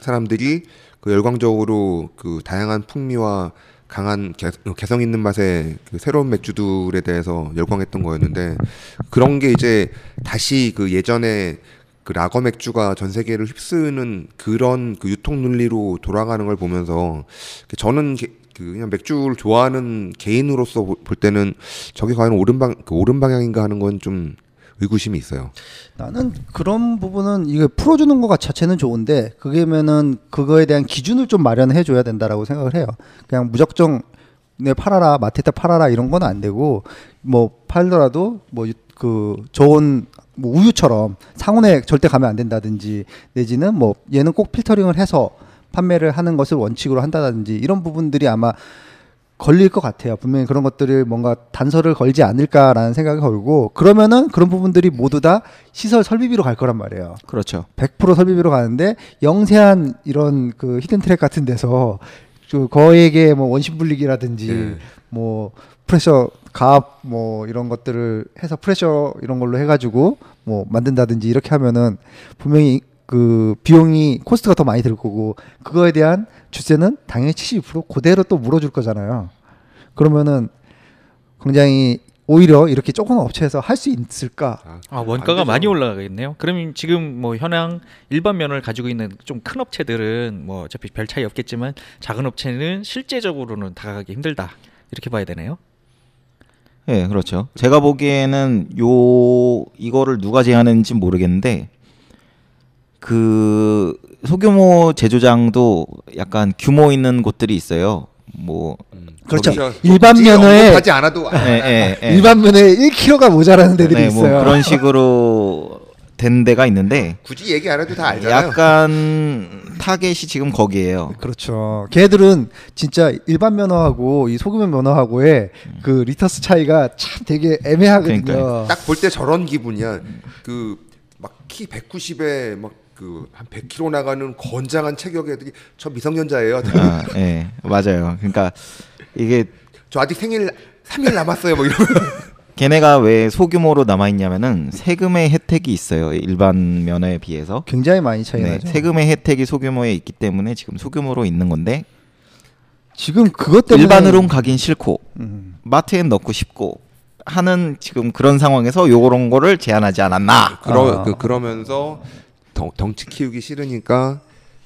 Speaker 3: 사람들이 그 열광적으로 그 다양한 풍미와 강한 개, 개성 있는 맛의 그 새로운 맥주들에 대해서 열광했던 거였는데 그런 게 이제 다시 그 예전에 그 라거 맥주가 전 세계를 휩쓰는 그런 그 유통 논리로 돌아가는 걸 보면서 저는 게- 그 그냥 맥주를 좋아하는 개인으로서 보- 볼 때는 저게 과연 옳은 방, 그 옳은 방향인가 하는 건 좀 의구심이 있어요.
Speaker 2: 나는 그런 부분은 이게 풀어주는 것 자체는 좋은데 그게면은 그거에 대한 기준을 좀 마련해 줘야 된다라고 생각을 해요. 그냥 무작정 내 팔아라 마트에다 팔아라 이런 건 안 되고 뭐 팔더라도 뭐 그 좋은 뭐 우유처럼 상온에 절대 가면 안 된다든지 내지는 뭐 얘는 꼭 필터링을 해서 판매를 하는 것을 원칙으로 한다든지 이런 부분들이 아마 걸릴 것 같아요. 분명히 그런 것들을 뭔가 단서를 걸지 않을까라는 생각이 걸고 그러면은 그런 부분들이 모두 다 시설 설비비로 갈 거란 말이에요.
Speaker 4: 그렇죠.
Speaker 2: 100% 설비비로 가는데 영세한 이런 그 히든 트랙 같은 데서 그 거액의 뭐 원심 분리기라든지
Speaker 3: 예.
Speaker 2: 뭐 프레셔 가압 뭐 이런 것들을 해서 프레셔 이런 걸로 해가지고 뭐 만든다든지 이렇게 하면은 분명히 그 비용이 코스트가 더 많이 들 거고 그거에 대한 주세는 당연히 70% 그대로 또 물어줄 거잖아요. 그러면은 굉장히 오히려 이렇게 조그만 업체에서 할 수 있을까?
Speaker 5: 아
Speaker 3: 안 되죠.
Speaker 5: 원가가 많이 올라가겠네요. 그럼 지금 뭐 현황 일반 면을 가지고 있는 좀 큰 업체들은 뭐 어차피 별 차이 없겠지만 작은 업체는 실제적으로는 다가가기 힘들다 이렇게 봐야 되네요.
Speaker 4: 예, 그렇죠. 제가 보기에는 요 이거를 누가 제안했는지 모르겠는데 그 소규모 제조장도 약간 규모 있는 곳들이 있어요. 뭐
Speaker 2: 그렇죠.
Speaker 3: 거기서
Speaker 2: 일반
Speaker 3: 굳이
Speaker 2: 면허에
Speaker 3: 언급하지 않아도 아,
Speaker 4: 예, 예, 예.
Speaker 2: 일반 면에 1kg가 모자라는 데들이
Speaker 4: 네, 뭐
Speaker 2: 있어요.
Speaker 4: 그런 식으로 된 데가 있는데
Speaker 3: 굳이 얘기 안 해도 다 알잖아요.
Speaker 4: 약간 타겟이 지금 거기에요.
Speaker 2: 그렇죠. 걔들은 진짜 일반 면허하고 이 소금의 면허하고의 그 리터스 차이가 참 되게 애매하거든요.
Speaker 4: 음. 그러니까요.
Speaker 3: 딱 볼 때 저런 기분이야. 그 막 키 190에 막 그 한 100kg 나가는 건장한 체격의 애들이 저 미성년자예요.
Speaker 4: 아, 예, 맞아요. 그러니까 이게
Speaker 3: 저 아직 생일 3일 남았어요. 뭐 이런.
Speaker 4: 걔네가 왜 소규모로 남아있냐면은 세금의 혜택이 있어요. 일반 면허에 비해서.
Speaker 2: 굉장히 많이 차이
Speaker 4: 네,
Speaker 2: 나죠.
Speaker 4: 세금의 혜택이 소규모에 있기 때문에 지금 소규모로 있는 건데
Speaker 2: 지금 그것 때문에
Speaker 4: 일반으론 가긴 싫고
Speaker 2: 음.
Speaker 4: 마트엔 넣고 싶고 하는 지금 그런 상황에서 요런 거를 제한하지 않았나.
Speaker 3: 그러
Speaker 2: 아.
Speaker 3: 그, 그러면서 덩, 덩치 키우기 싫으니까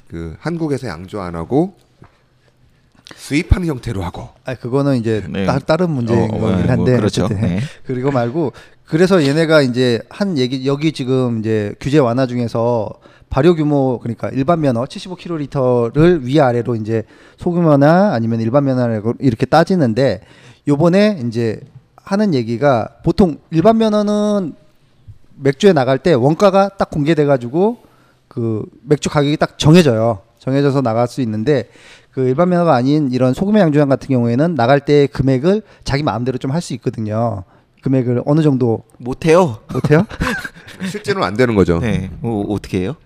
Speaker 3: 그 한국에서 양조 안 하고 수입하는 형태로 하고
Speaker 2: 아 그거는 이제
Speaker 4: 네.
Speaker 2: 따, 다른 문제인
Speaker 4: 어,
Speaker 2: 거긴
Speaker 4: 어, 뭐
Speaker 2: 한데
Speaker 4: 그렇죠.
Speaker 2: 어쨌든.
Speaker 4: 네.
Speaker 2: 그리고 말고 그래서 얘네가 이제 한 얘기 여기 지금 이제 규제 완화 중에서 발효 규모 그러니까 일반 면허 75kg를 위아래로 이제 소규모나 아니면 일반 면허라고 이렇게 따지는데 요번에 이제 하는 얘기가 보통 일반 면허는 맥주에 나갈 때 원가가 딱 공개돼 가지고 그 맥주 가격이 딱 정해져요. 정해져서 나갈 수 있는데 그 일반 면허가 아닌 이런 소금의 양조장 같은 경우에는 나갈 때 금액을 자기 마음대로 좀 할 수 있거든요. 금액을 어느 정도
Speaker 4: 못해요.
Speaker 2: 못해요?
Speaker 3: 실제로는 안 되는 거죠.
Speaker 4: 네, 뭐 어떻게 해요?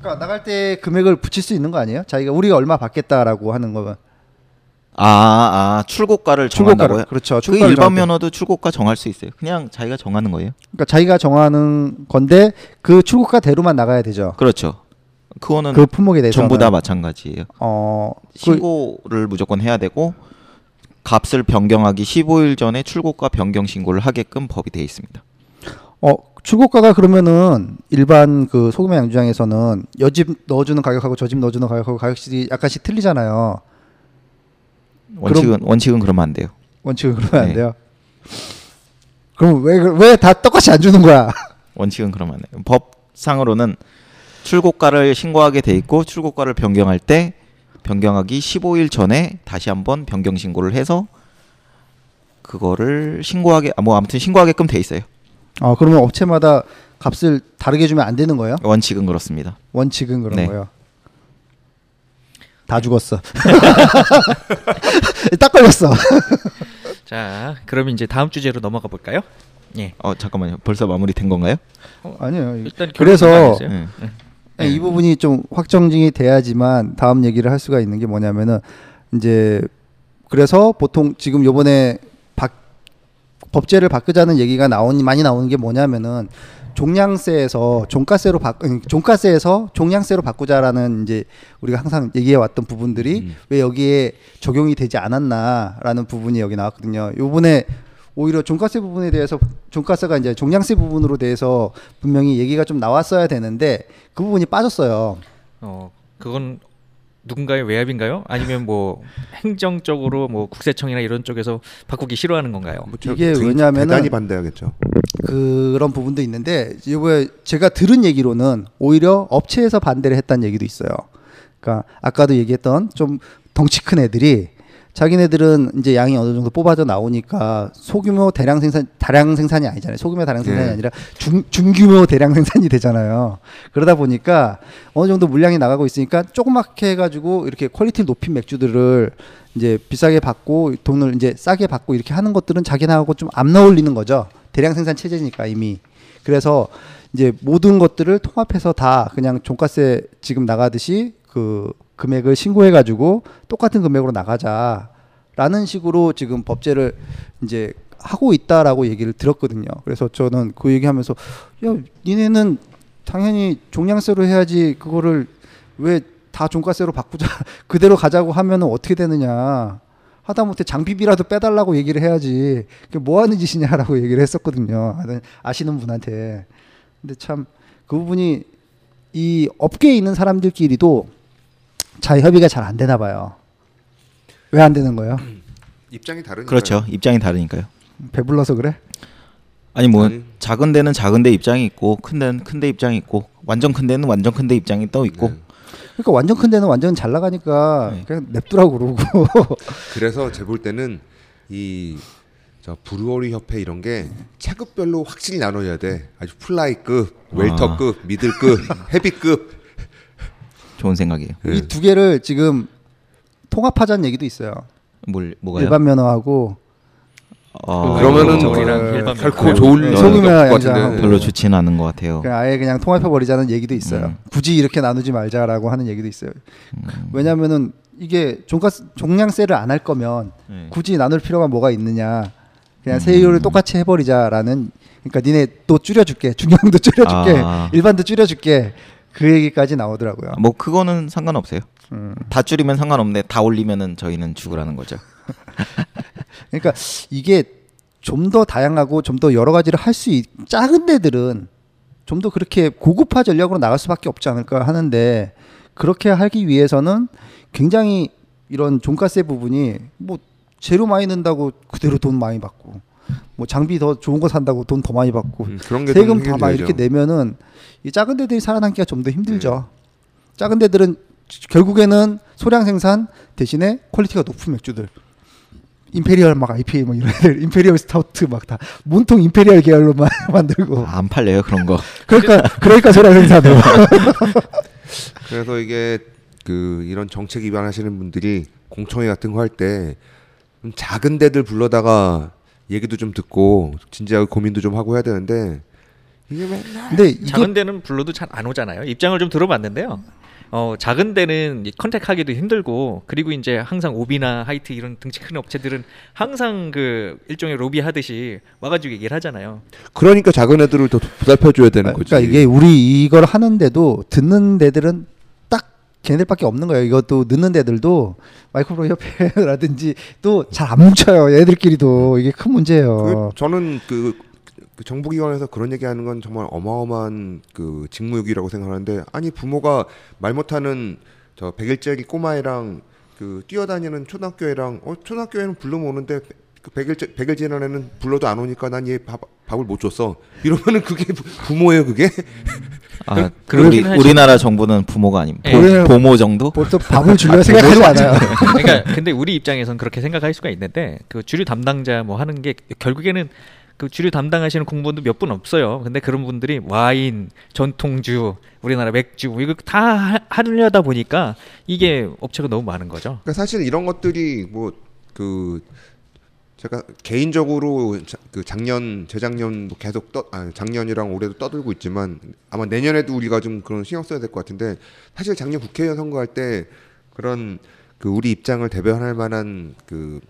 Speaker 2: 그러니까 나갈 때 금액을 붙일 수 있는 거 아니에요? 자기가 우리가 얼마 받겠다라고 하는 거면
Speaker 4: 아, 아 출고가를 정한다고요?
Speaker 2: 출고가를- 그렇죠.
Speaker 4: 그
Speaker 2: 출고가를
Speaker 4: 일반
Speaker 2: 정할 때.
Speaker 4: 면허도 출고가 정할 수 있어요. 그냥 자기가 정하는 거예요.
Speaker 2: 그러니까 자기가 정하는 건데 그 출고가대로만 나가야 되죠.
Speaker 4: 그렇죠. 그거는
Speaker 2: 그 품목에 대해서
Speaker 4: 네, 전부 다 마찬가지예요.
Speaker 2: 어, 그,
Speaker 4: 신고를 무조건 해야 되고 값을 변경하기 15일 전에 출고가 변경 신고를 하게끔 법이 되어 있습니다.
Speaker 2: 어 출고가가 그러면은 일반 그 소금 양주장에서는 여집 넣어주는 가격하고 저집 넣어주는 가격하고 가격이 약간씩 틀리잖아요.
Speaker 4: 원칙은 원칙은 그러면 안 돼요.
Speaker 2: 원칙은 그러면 안
Speaker 4: 네.
Speaker 2: 돼요. 그럼 왜왜 다 똑같이 안 주는 거야?
Speaker 4: 원칙은 그러면 안 돼요. 법상으로는 출고가를 신고하게 돼 있고 출고가를 변경할 때 변경하기 15일 전에 다시 한번 변경 신고를 해서 그거를 신고하게 아, 뭐 아무튼 신고하게끔 돼 있어요.
Speaker 2: 어 그러면 업체마다 값을 다르게 주면 안 되는 거예요?
Speaker 4: 원칙은 그렇습니다.
Speaker 2: 원칙은 그런
Speaker 4: 네.
Speaker 2: 거예요. 다 죽었어. 딱 걸렸어.
Speaker 5: 자, 그럼 이제 다음 주제로 넘어가 볼까요? 예.
Speaker 4: 어 잠깐만요. 벌써 마무리된 건가요?
Speaker 2: 아니에요.
Speaker 5: 일단 예. 결론은
Speaker 2: 그래서
Speaker 5: 아니었어요?
Speaker 4: 네.
Speaker 2: 네, 이 부분이 좀 확정증이 돼야지만 다음 얘기를 할 수가 있는 게 뭐냐면은 이제 그래서 보통 지금 요번에 바- 법제를 바꾸자는 얘기가 나오니 많이 나오는 게 뭐냐면은 종량세에서 종가세로 바 아니, 종가세에서 종량세로 바꾸자라는 이제 우리가 항상 얘기해 왔던 부분들이 왜 여기에 적용이 되지 않았나라는 부분이 여기 나왔거든요. 요번에 오히려 종가세 부분에 대해서 종가세가 이제 종량세 부분으로 대해서 분명히 얘기가 좀 나왔어야 되는데 그 부분이 빠졌어요.
Speaker 5: 어, 그건 누군가의 외압인가요? 아니면 뭐 행정적으로 뭐 국세청이나 이런 쪽에서 바꾸기 싫어하는 건가요?
Speaker 3: 뭐 저-
Speaker 2: 이게
Speaker 3: 등-
Speaker 2: 왜냐면은-
Speaker 3: 대단히 반대하겠죠.
Speaker 2: 그런 부분도 있는데 이거 제가 들은 얘기로는 오히려 업체에서 반대를 했다는 얘기도 있어요. 그러니까 아까도 얘기했던 좀 덩치 큰 애들이 자기네들은 이제 양이 어느 정도 뽑아져 나오니까 소규모 대량 생산 다량 생산이 아니잖아요. 소규모 다량 생산이
Speaker 3: 예.
Speaker 2: 아니라 중, 중규모 대량 생산이 되잖아요. 그러다 보니까 어느 정도 물량이 나가고 있으니까 조그맣게 해가지고 이렇게 퀄리티 높인 맥주들을 이제 비싸게 받고 돈을 이제 싸게 받고 이렇게 하는 것들은 자기네하고 좀 안 어울리는 거죠. 대량 생산 체제니까 이미. 그래서 이제 모든 것들을 통합해서 다 그냥 종가세 지금 나가듯이 그 금액을 신고해가지고 똑같은 금액으로 나가자라는 식으로 지금 법제를 이제 하고 있다라고 얘기를 들었거든요. 그래서 저는 그 얘기하면서 야 니네는 당연히 종량세로 해야지 그거를 왜 다 종가세로 바꾸자 그대로 가자고 하면은 어떻게 되느냐 하다못해 장비비라도 빼달라고 얘기를 해야지 그게 뭐 하는 짓이냐라고 얘기를 했었거든요 하여튼 아시는 분한테 근데 참 그 부분이 이 업계에 있는 사람들끼리도 잘 협의가 잘 안 되나 봐요 왜 안 되는 거예요
Speaker 3: 입장이 다르니까.
Speaker 4: 그렇죠. 입장이 다르니까요.
Speaker 2: 배불러서 그래
Speaker 4: 아니 뭐
Speaker 3: 아니.
Speaker 4: 작은 데는 작은 데 입장이 있고 큰 데는 큰 데 입장이 있고 완전 큰 데는 완전 큰 데 입장이 또 있고
Speaker 3: 네.
Speaker 2: 그러니까 완전 큰 데는 완전 잘 나가니까
Speaker 4: 네.
Speaker 2: 그냥 냅두라고 그러고
Speaker 3: 그래서 제 볼 때는 이저 브루어리 협회 이런 게 체급별로 확실히 나눠야 돼. 아주 플라이급, 웰터급, 미들급, 헤비급.
Speaker 4: 좋은 생각이에요.
Speaker 3: 예.
Speaker 2: 이 두 개를 지금 통합하자는 얘기도 있어요.
Speaker 4: 뭘 뭐가요?
Speaker 2: 일반 면허하고 아,
Speaker 4: 어,
Speaker 3: 그러면은 그
Speaker 4: 어,
Speaker 5: 우리랑
Speaker 2: 어,
Speaker 5: 일반
Speaker 3: 결코
Speaker 5: 면허.
Speaker 3: 좋을
Speaker 4: 네.
Speaker 3: 생각이
Speaker 2: 소금이나
Speaker 3: 없을 것
Speaker 2: 양장.
Speaker 3: 같은데.
Speaker 4: 별로 좋지는 않은 것 같아요.
Speaker 2: 그냥 아예 그냥 통합해 버리자는 얘기도 있어요.
Speaker 4: 음.
Speaker 2: 굳이 이렇게 나누지 말자라고 하는 얘기도 있어요. 왜냐면은 이게 종가스 종량세를 안 할 거면
Speaker 4: 네. 음.
Speaker 2: 굳이 나눌 필요가 뭐가 있느냐. 그냥 세율을 똑같이 해버리자라는. 그러니까 니네 또 줄여줄게. 중량도 줄여줄게.
Speaker 4: 아.
Speaker 2: 일반도 줄여줄게. 그 얘기까지 나오더라고요.
Speaker 4: 뭐 그거는 상관없어요.
Speaker 2: 음.
Speaker 4: 다 줄이면 상관없는데 다 올리면은 저희는 죽으라는 거죠.
Speaker 2: 그러니까 이게 좀 더 다양하고 좀 더 여러 가지를 할 수 작은 데들은 좀 더 그렇게 고급화 전략으로 나갈 수밖에 없지 않을까 하는데 그렇게 하기 위해서는 굉장히 이런 종가세 부분이 뭐 재료 많이 넣는다고 그대로 돈 많이 받고 뭐 장비 더 좋은 거 산다고 돈 더 많이 받고
Speaker 3: 음, 그런 게좀
Speaker 2: 세금 다 막
Speaker 3: 해결돼야죠.
Speaker 2: 이렇게 내면은 이 작은 데들이 살아남기가 좀 더 힘들죠. 작은 데들은 결국에는 소량 생산 대신에 퀄리티가 높은 맥주들. 임페리얼 막 IPA 막뭐 이런 애들 임페리얼 스타우트 막 다 몸통 임페리얼 계열로만 만들고
Speaker 4: 아, 안 팔려요 그런 거.
Speaker 2: 그러니까 그러니까 소량 생산으로
Speaker 3: 그래서 이게 그 이런 정책 위반하시는 분들이 공청회 같은 거 할 때 작은 데들 불러다가 얘기도 좀 듣고 진지하게 고민도 좀 하고 해야 되는데 이게 맨날
Speaker 2: 근데 이거
Speaker 5: 작은 데는 불러도 잘 안 오잖아요. 입장을 좀 들어봤는데요. 어, 작은 데는 이 컨택하기도 힘들고 그리고 이제 항상 오비나 하이트 이런 등치 큰 업체들은 항상 그 일종의 로비 하듯이 와가지고 얘기를 하잖아요.
Speaker 3: 그러니까 작은 애들을 더 보살펴 줘야 되는 거지.
Speaker 2: 그러니까 이게 우리 이걸 하는데도 듣는 데들은 딱 걔네들밖에 없는 거예요. 이것도 듣는 데들도 마이크로 협회라든지 또 잘 안 뭉쳐요. 얘들끼리도 이게 큰
Speaker 3: 그,
Speaker 2: 문제예요.
Speaker 3: 저는 그, 그 정부기관에서 그런 얘기하는 건 정말 어마어마한 그 직무유기라고 생각하는데 아니 부모가 말 못하는 저 백일짜리 꼬마애랑 그 뛰어다니는 초등학교 애랑 어 초등학교 애는 불러면 오는데 그 백일째 백일 지난 애는 불러도 안 오니까 난 얘 밥 밥을 못 줬어 이러면은 그게 부- 부모예요 그게
Speaker 4: 아, 우리
Speaker 5: 그렇긴 하죠.
Speaker 4: 우리나라 정부는 부모가 아닙니다.
Speaker 5: 예.
Speaker 2: 네.
Speaker 4: 보- 보모 정도?
Speaker 2: 보통 뭐 밥을 주려 뭐 생각하지 않아요.
Speaker 5: 그러니까 근데 우리 입장에선 그렇게 생각할 수가 있는데 그 주류 담당자 뭐 하는 게 결국에는 그 주류 담당하시는 공무원도 몇 분 없어요. 근데 그런 분들이 와인, 전통주, 우리나라 맥주 뭐 이거 다 하- 하려다 보니까 이게 업체가 너무 많은 거죠.
Speaker 3: 그러니까 사실 이런 것들이 뭐 그 제가 개인적으로 자- 그 작년 재작년 뭐 계속 떠 아니, 작년이랑 올해도 떠들고 있지만 아마 내년에도 우리가 좀 그런 신경 써야 될 것 같은데 사실 작년 국회의원 선거할 때 그런 그 우리 입장을 대변할 만한 그,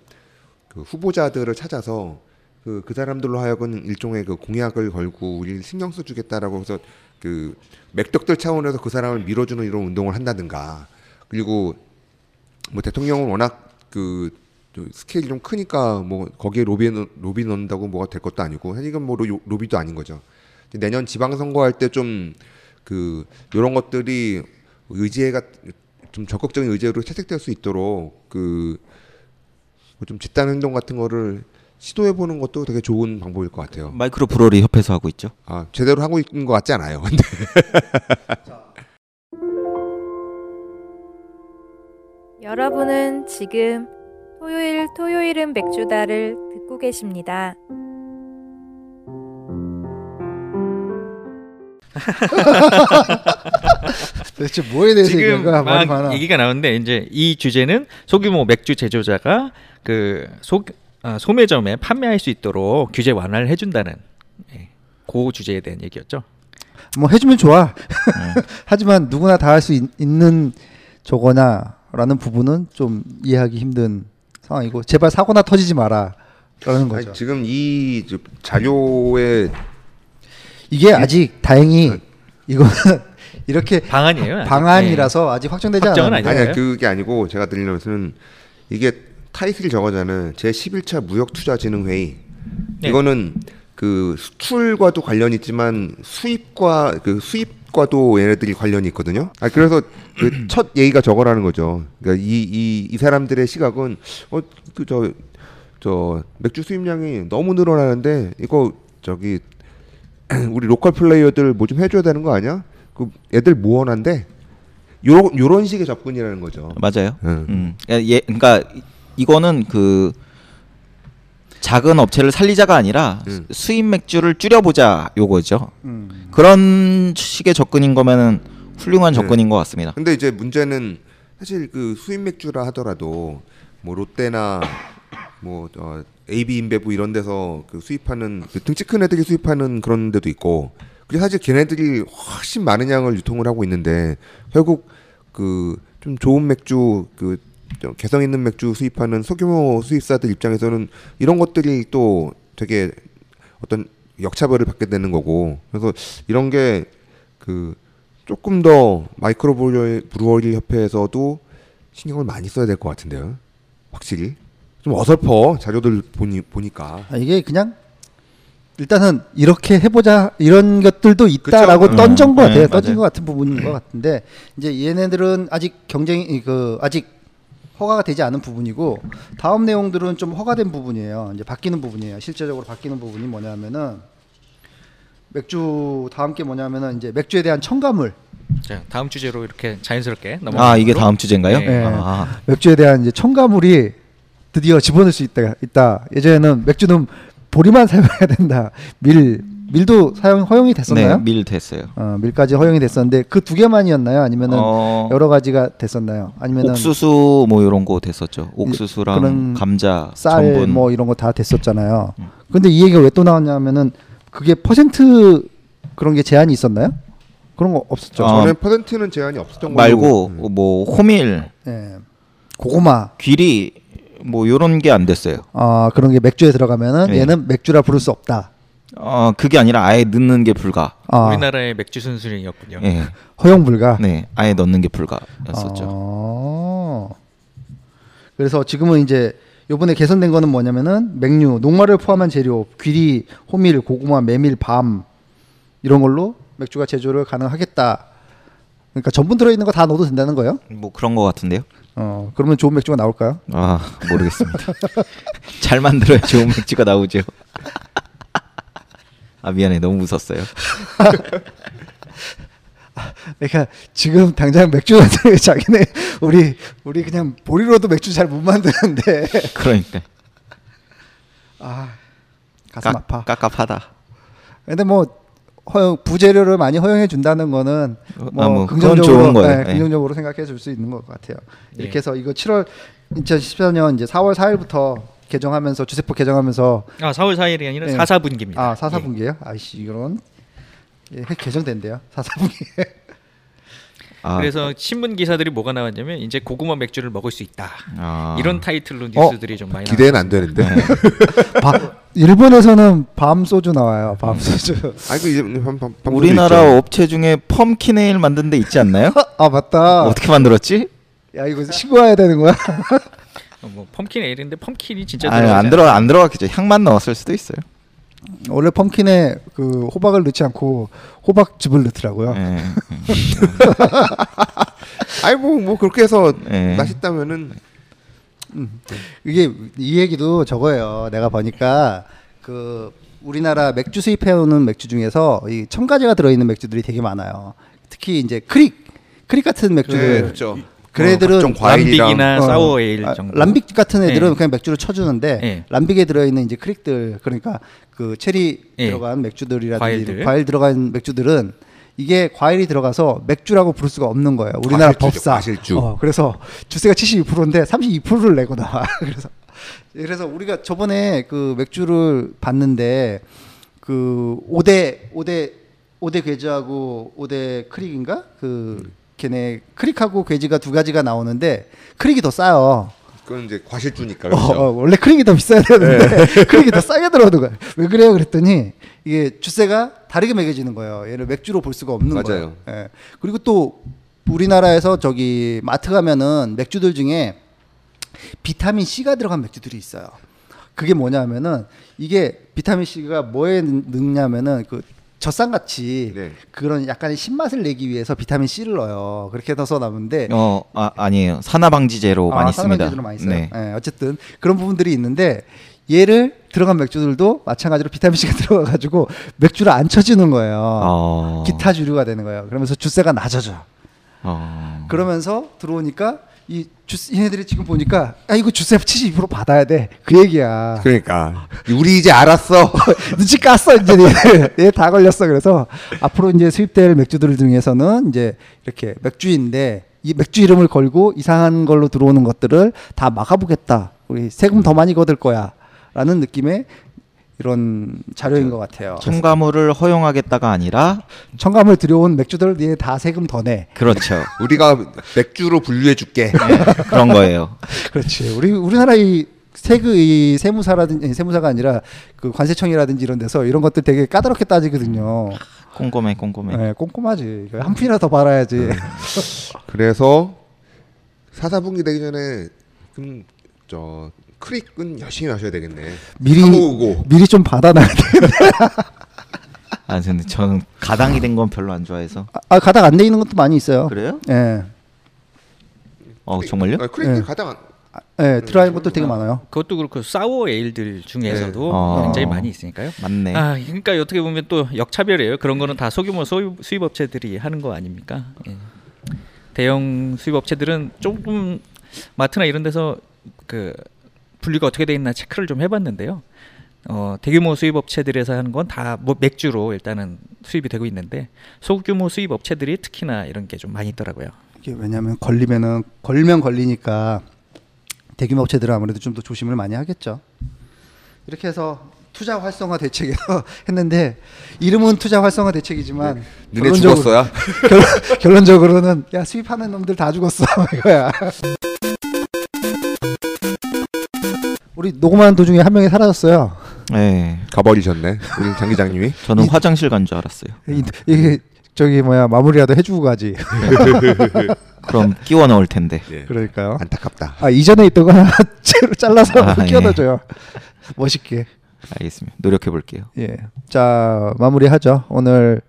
Speaker 3: 그 후보자들을 찾아서 그, 그 사람들로 하여금 일종의 그 공약을 걸고 우리를 신경 써주겠다라고 해서 그 맥덕들 차원에서 그 사람을 밀어주는 이런 운동을 한다든가 그리고 뭐 대통령은 워낙 그저 스케일이 좀 크니까 뭐 거기에 로비 로비 넣는다고 뭐가 될 것도 아니고 사실 이건 뭐 로- 로비도 아닌 거죠. 근데 내년 지방선거할 때 좀 그 요런 것들이 의지가 좀 적극적인 의제로 채택될 수 있도록 그 좀 집단 행동 같은 거를 시도해 보는 것도 되게 좋은 방법일 것 같아요.
Speaker 4: 마이크로 브로리 협회에서 하고 있죠.
Speaker 3: 아 제대로 하고 있는 것 같지 않아요. 근데
Speaker 6: 여러분은 지금 토요일 토요일은 맥주다를 듣고 계십니다.
Speaker 2: 도대체 뭐에 대해서
Speaker 5: 지금
Speaker 2: 얘기가
Speaker 5: 막
Speaker 2: 말이 네, 많아.
Speaker 5: 얘기가 나오는데 이제 이 주제는 소규모 맥주 제조자가 그 소, 아, 소매점에 판매할 수 있도록 규제 완화를 해준다는 예, 그 주제에 대한 얘기였죠.
Speaker 2: 뭐 해주면 좋아. 네. 하지만 누구나 다 할 수 있는 저거나라는 부분은 좀 이해하기 힘든 상황이고 제발 사고나 터지지 마라라는 거죠.
Speaker 3: 아니, 지금 이 저- 자료에
Speaker 2: 이게 아직 다행히 이거는 이렇게
Speaker 5: 방안이에요. 아직. 네.
Speaker 2: 방안이라서 아직 확정되지
Speaker 5: 확정은
Speaker 2: 않아요.
Speaker 5: 아니에요.
Speaker 3: 아니야 그게 아니고 제가 드리는 것은 이게 타이틀이 저거잖아요. 제 11차 무역 투자 진흥 회의.
Speaker 5: 네.
Speaker 3: 이거는 그 수출과도 관련 이 있지만 수입과 그 수입과도 얘네들이 관련이 있거든요. 아 그래서 그 첫 얘기가 저거라는 거죠. 그러니까 이 이 이 사람들의 시각은 어그저 저 맥주 수입량이 너무 늘어나는데 이거 저기 우리 로컬 플레이어들 뭐 좀 해줘야 되는 거 아니야? 그 애들 모원한데 요런 요런 식의 접근이라는 거죠.
Speaker 4: 맞아요.
Speaker 3: 응.
Speaker 4: 음. 그러니까 예, 그러니까 이- 이거는 그 작은 업체를 살리자가 아니라
Speaker 3: 음.
Speaker 4: 수- 수입 맥주를 줄여보자 요거죠.
Speaker 2: 음.
Speaker 4: 그런 식의 접근인 거면은 훌륭한 접근인 것 같습니다.
Speaker 3: 근데 이제 문제는 사실 그 수입 맥주라 하더라도 뭐 롯데나 뭐 어, AB 인베브 이런 데서 그 수입하는 그 등치 큰 애들이 수입하는 그런 데도 있고 그게 사실 걔네들이 훨씬 많은 양을 유통을 하고 있는데 결국 그 좀 좋은 맥주 그좀 개성 있는 맥주 수입하는 소규모 수입사들 입장에서는 이런 것들이 또 되게 어떤 역차별을 받게 되는 거고 그래서 이런 게 그 조금 더 마이크로 브루어리- 브루어리 협회에서도 신경을 많이 써야 될 것 같은데요. 확실히 좀 어설퍼 자료들 보니
Speaker 4: 어.
Speaker 3: 보니까
Speaker 2: 아, 이게 그냥 일단은 이렇게 해보자 이런 것들도 있다라고
Speaker 3: 그쵸.
Speaker 2: 던전 것
Speaker 4: 음,
Speaker 2: 같아요.
Speaker 4: 음,
Speaker 2: 던진
Speaker 4: 맞아요.
Speaker 2: 것 같은 부분인 것 같은데 이제 얘네들은 아직 경쟁이 그 아직 허가가 되지 않은 부분이고 다음 내용들은 좀 허가된 부분이에요. 이제 바뀌는 부분이에요. 실제적으로 바뀌는 부분이 뭐냐면은 맥주 다음 게 뭐냐면은 이제 맥주에 대한 첨가물
Speaker 5: 예. 자, 다음 주제로 이렇게 자연스럽게 넘어가.
Speaker 4: 아 이게 다음 주제인가요?
Speaker 5: 네.
Speaker 2: 예.
Speaker 4: 아,
Speaker 2: 맥주에 대한 이제 첨가물이 드디어 집어넣을 수 있다. 있다. 예전에는 맥주는 보리만 사용해야 된다. 밀 밀도 사용 허용이 됐었나요?
Speaker 4: 네, 밀 됐어요.
Speaker 2: 어, 밀까지 허용이 됐었는데 그 두 개만이었나요? 아니면은
Speaker 4: 어,
Speaker 2: 여러 가지가 됐었나요? 아니면은
Speaker 4: 옥수수 뭐 이런 거 됐었죠.
Speaker 2: 그런
Speaker 4: 옥수수랑 감자,
Speaker 2: 쌀
Speaker 4: 전분. 음.
Speaker 2: 뭐 이런 거 다 됐었잖아요. 근데 이 얘기가 왜 또 나왔냐면은 그게 퍼센트 그런 게 제한이 있었나요? 그런 거 없었죠.
Speaker 4: 어.
Speaker 3: 저는 퍼센트는 제한이 없었던 걸로 음.
Speaker 4: 말고
Speaker 3: 어,
Speaker 4: 뭐 호밀,
Speaker 2: 예. 고구마
Speaker 4: 귀리 뭐 요런 게 안 됐어요.
Speaker 2: 아 그런 게 맥주에 들어가면은
Speaker 4: 네.
Speaker 2: 얘는 맥주라 부를 수 없다.
Speaker 4: 어 그게 아니라 아예 넣는 게 불가.
Speaker 2: 아,
Speaker 5: 우리나라의 맥주 순수령이었군요.
Speaker 4: 예.
Speaker 2: 허용 불가.
Speaker 4: 네. 아예 넣는 게
Speaker 2: 어.
Speaker 4: 불가였었죠.
Speaker 2: 아. 그래서 지금은 이제 요번에 개선된 거는 뭐냐면은 맥류, 녹말을 포함한 재료, 귀리, 호밀, 고구마, 메밀, 밤 이런 걸로 맥주가 제조를 가능하겠다. 그러니까 전분 들어 있는 거 다 넣어도 된다는 거예요?
Speaker 4: 뭐 그런 거 같은데요.
Speaker 2: 어, 그러면 좋은 맥주가 나올까요?
Speaker 4: 아 모르겠습니다. 잘 만들어야 좋은 맥주가 나오죠. 아 미안해 너무 웃었어요.
Speaker 2: 그러니까 지금 당장 맥주 만드는 게 자기네 우리 우리 그냥 보리로도 맥주 잘 못 만드는데
Speaker 4: 그러니까
Speaker 2: 아 가슴
Speaker 4: 깝-
Speaker 2: 아파.
Speaker 4: 깝깝하다.
Speaker 2: 근데 뭐 허용 부재료를 많이 허용해 준다는 거는
Speaker 4: 어,
Speaker 2: 뭐,
Speaker 4: 아, 뭐 그건
Speaker 2: 긍정적으로
Speaker 4: 좋은 거예요.
Speaker 2: 예,
Speaker 4: 예.
Speaker 2: 긍정적으로 생각해 줄 수 있는 것 같아요. 이렇게 해서 이거 7월 2014년 이제 4월 4일부터 개정하면서 주세포 개정하면서
Speaker 5: 아 4월 4일이 아니라
Speaker 2: 네.
Speaker 5: 4사분기입니다.
Speaker 2: 아 4사분기예요? 아이씨 이런 예, 핵 개정된대요. 4사분기.
Speaker 4: 아,
Speaker 5: 그래서 신문 기사들이 뭐가 나왔냐면 이제 고구마 맥주를 먹을 수 있다.
Speaker 4: 아,
Speaker 5: 이런
Speaker 2: 어?
Speaker 5: 타이틀로 뉴스들이 좀 많이
Speaker 3: 기대는 안 되는데.
Speaker 2: 밤- 일본에서는 밤 소주 나와요. 밤 소주.
Speaker 3: 그 아이고 이제 음, 방- 방- 방송도
Speaker 4: 우리나라
Speaker 3: 있죠.
Speaker 4: 업체 중에 펌킨 에일 만든 데 있지 않나요?
Speaker 2: 아 맞다.
Speaker 4: 어떻게 만들었지?
Speaker 2: 야 이거 신고해야 되는 거야?
Speaker 5: 나왔어요. 뭐 펌킨 에일인데 펌킨이 진짜
Speaker 4: 아니
Speaker 5: 들어가지
Speaker 4: 안 들어 안 들어갔겠죠. 향만 넣었을 수도 있어요.
Speaker 2: 원래 펌킨에 그 호박을 넣지 않고 호박즙을 넣더라고요.
Speaker 4: 예.
Speaker 3: 아이 뭐, 뭐 그렇게 해서
Speaker 4: 예.
Speaker 3: 맛있다면은
Speaker 2: 이게 이 얘기도 저거예요. 내가 보니까 그 우리나라 맥주 수입해오는 맥주 중에서 이 첨가제가 들어있는 맥주들이 되게 많아요. 특히 이제 크릭, 크릭 같은 맥주들.
Speaker 3: 그렇죠.
Speaker 2: 그 애들은
Speaker 3: 각종 과일이랑
Speaker 5: 람빅이나
Speaker 2: 어,
Speaker 5: 사워 에일
Speaker 2: 아,
Speaker 5: 정도.
Speaker 2: 람빅 같은 애들은
Speaker 5: 예.
Speaker 2: 그냥 맥주를 쳐주는데
Speaker 5: 예.
Speaker 2: 람빅에 들어있는 이제 크릭들 그러니까 그 체리
Speaker 5: 예.
Speaker 2: 들어간 맥주들이라든지 과일
Speaker 5: 과일들.
Speaker 2: 들어간 맥주들은 이게 과일이 들어가서 맥주라고 부를 수가 없는 거예요. 우리나라
Speaker 3: 과실주죠,
Speaker 2: 법사.
Speaker 3: 과실주.
Speaker 2: 어, 그래서 주세가 72%인데 32%를 내고 나와. 그래서 그래서 우리가 저번에 그 맥주를 봤는데 그 5대 5대 5대 괴지하고 5대 크릭인가? 그 걔네 크릭하고 괴지가 두 가지가 나오는데 크릭이 더 싸요.
Speaker 3: 그건 이제 과실주니까
Speaker 2: 어,
Speaker 3: 그렇죠. 네.
Speaker 2: 어, 원래 크릭이 더 비싸야 되는데 크릭이 더 싸게 들어오는 거예요. 왜 그래요? 그랬더니 이게 주세가 다르게 매겨지는 거예요. 얘를 맥주로 볼 수가 없는
Speaker 3: 맞아요.
Speaker 2: 거예요. 예. 그리고 또 우리나라에서 저기 마트 가면은 맥주들 중에 비타민 C가 들어간 맥주들이 있어요. 그게 뭐냐면은 이게 비타민 C가 뭐에 능- 넣냐면은 그 젖산같이
Speaker 3: 네.
Speaker 2: 그런 약간의 신맛을 내기 위해서 비타민 C를 넣어요. 그렇게 넣어서 나오는데
Speaker 4: 어 아, 아니에요. 산화 방지제로 많이
Speaker 2: 아,
Speaker 4: 씁니다. 네.
Speaker 2: 사람들로 많이 써요. 예, 어쨌든 그런 부분들이 있는데 얘를 들어간 맥주들도 마찬가지로 비타민 C가 들어가가지고 맥주를 안 쳐주는 거예요.
Speaker 4: 어.
Speaker 2: 기타 주류가 되는 거예요. 그러면서 주세가 낮아져.
Speaker 4: 어.
Speaker 2: 그러면서 들어오니까 이 주스 얘네들이 지금 보니까 아 이거 주세 72% 받아야 돼. 그 얘기야.
Speaker 3: 그러니까 우리 이제 알았어.
Speaker 2: 눈치 깠어 이제 얘. 얘다 걸렸어 그래서 앞으로 이제 수입될 맥주들 중에서는 이제 이렇게 맥주인데 이 맥주 이름을 걸고 이상한 걸로 들어오는 것들을 다 막아보겠다 우리 세금 더 많이 거둘 거야 라는 느낌의 이런 자료인 것 같아요
Speaker 4: 첨가물을 허용하겠다가 아니라
Speaker 2: 청감을 들여온 맥주들 얘 다 세금 더내
Speaker 4: 그렇죠.
Speaker 3: 우리가 맥주로 분류해 줄게.
Speaker 4: 그런 거예요.
Speaker 2: 그렇지 우리 우리나라 이 세그 이 세무사라든지 아니, 세무사가 아니라 그 관세청이라든지 이런 데서 이런 것들 되게 까다롭게 따지거든요.
Speaker 4: 꼼꼼해 꼼꼼해.
Speaker 2: 아, 네, 꼼꼼하지. 이거 한 푼이라 더 받아야지.
Speaker 3: 그래서 사사분기 되기 전에 그저 크릭은 열심히 하셔야 되겠네.
Speaker 2: 미리
Speaker 3: 모으고
Speaker 2: 미리 좀 받아놔야 돼.
Speaker 4: 아 근데 저는 가당이 된 건 별로 안 좋아해서.
Speaker 2: 아 가닥 안 돼 있는 것도 많이 있어요.
Speaker 4: 그래요?
Speaker 2: 예,
Speaker 4: 어 정말요?
Speaker 3: 아, 크릭 네.
Speaker 2: 네.
Speaker 3: 가장 안-
Speaker 2: 아, 예, 드라이브 것들 되게 많아요.
Speaker 5: 그것도 그렇고 사워 에일들 중에서도
Speaker 4: 네. 어.
Speaker 5: 굉장히 많이 있으니까요.
Speaker 4: 맞네.
Speaker 5: 아, 그러니까 어떻게 보면 또 역차별이에요. 그런 거는 다 소규모 수입, 수입업체들이 하는 거 아닙니까? 예. 대형 수입업체들은 조금 마트나 이런 데서 그 분류가 어떻게 돼 있나 체크를 좀 해봤는데요. 어, 대규모 수입업체들에서 하는 건 다 뭐 맥주로 일단은 수입이 되고 있는데 소규모 수입업체들이 특히나 이런 게 좀 많이 있더라고요.
Speaker 2: 이게 왜냐하면 걸리면은 걸면 걸리니까 대규모 업체들은 아무래도 좀 더 조심을 많이 하겠죠. 이렇게 해서 투 투자 활성화 대책이라고 했는데 이름은 투자 활성화 대책이지만
Speaker 3: 눈에
Speaker 2: 결론적으로-
Speaker 3: 죽었어야.
Speaker 2: 결론- 결론적으로는 야 수입하는 놈들 다 죽었어 이거야. 우리 녹음하는 도중에 한 명이 사라졌어요.
Speaker 4: 네.
Speaker 3: 가버리셨네. 우리 장 기장님이.
Speaker 4: 저는 화장실 간 줄 알았어요.
Speaker 2: 그 이- 이게 저기 뭐야 마무리라도 해주고 가지.
Speaker 4: 그럼 끼워 넣을 텐데.
Speaker 3: 네.
Speaker 2: 그러니까요.
Speaker 3: 예. 안타깝다.
Speaker 2: 아 이전에 있던 거 하나 째로 잘라서
Speaker 4: 아, 예.
Speaker 2: 끼워넣어줘요. 멋있게.
Speaker 4: 알겠습니다. 노력해 볼게요.
Speaker 2: 예. 자 마무리하죠. 오늘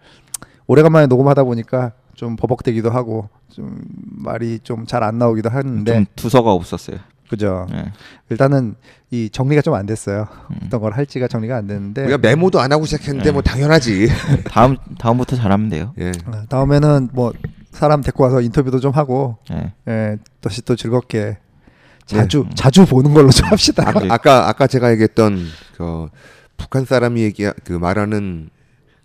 Speaker 2: 오래간만에 녹음하다 보니까 좀 버벅대기도 하고 좀 말이 좀 잘 안 나오기도 하는데
Speaker 4: 좀 두서가 없었어요.
Speaker 2: 그죠.
Speaker 4: 네.
Speaker 2: 일단은 이 정리가 좀 안 됐어요. 어떤 걸 할지가 정리가 안 됐는데
Speaker 3: 우리가 메모도 안 하고 시작했는데 뭐 당연하지.
Speaker 4: 다음 다음부터 잘하면 돼요.
Speaker 3: 예.
Speaker 2: 어, 다음에는 뭐 사람 데리고 와서 인터뷰도 좀 하고
Speaker 4: 네.
Speaker 2: 예, 다시 또 즐겁게 자주 자주 보는 걸로 좀 합시다.
Speaker 4: 아, 네.
Speaker 3: 아까 아까 제가 얘기했던 그 북한 사람이 얘기 그 말하는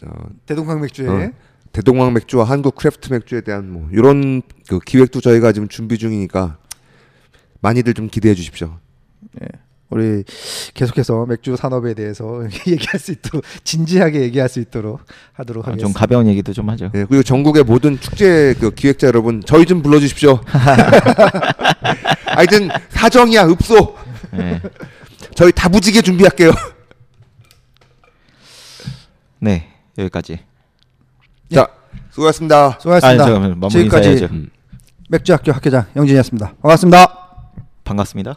Speaker 3: 어,
Speaker 2: 대동강 맥주에
Speaker 3: 어, 대동강 맥주와 한국 크래프트 맥주에 대한 뭐 이런 그 기획도 저희가 지금 준비 중이니까 많이들 좀 기대해 주십시오.
Speaker 2: 우리 계속해서 맥주 산업에 대해서 얘기할 수 있도록 진지하게 얘기할 수 있도록 하도록
Speaker 4: 아, 좀
Speaker 2: 하겠습니다.
Speaker 4: 가벼운 얘기도 좀 하죠.
Speaker 3: 예, 그리고 전국의 모든 축제 그 기획자 여러분 저희 좀 불러 주십시오. 하여튼 사정이야 읍소 예.
Speaker 4: 네.
Speaker 3: 저희 다부지게 준비할게요.
Speaker 4: 네. 여기까지.
Speaker 3: 자 수고하셨습니다.
Speaker 2: 수고하셨습니다.
Speaker 4: 아니, 잠깐만, 마무리
Speaker 2: 지금까지
Speaker 4: 인사해야죠.
Speaker 3: 음.
Speaker 2: 맥주학교 학교장 영진이었습니다. 반갑습니다.
Speaker 4: 반갑습니다.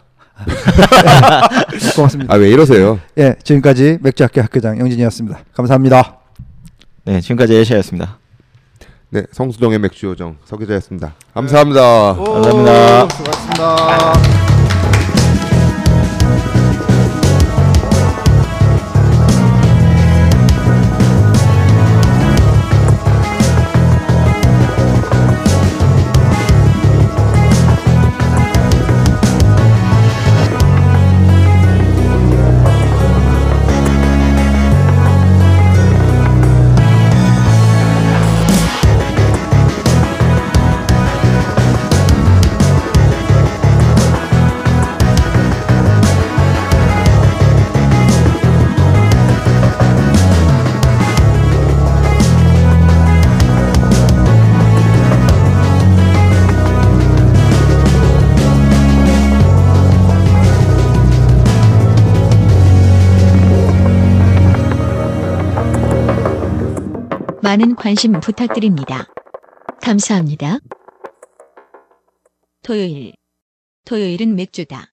Speaker 2: 고맙습니다.
Speaker 3: 아 왜 이러세요?
Speaker 2: 예, 지금까지 맥주학교 학교장 영진이었습니다. 감사합니다.
Speaker 4: 네. 지금까지 예샤였습니다.
Speaker 3: 네 성수동의 맥주 요정 서기자였습니다. 감사합니다.
Speaker 4: 감사합니다.
Speaker 2: 수고하셨습니다.
Speaker 1: 많은 관심 부탁드립니다. 감사합니다. 토요일. 토요일은 맥주다.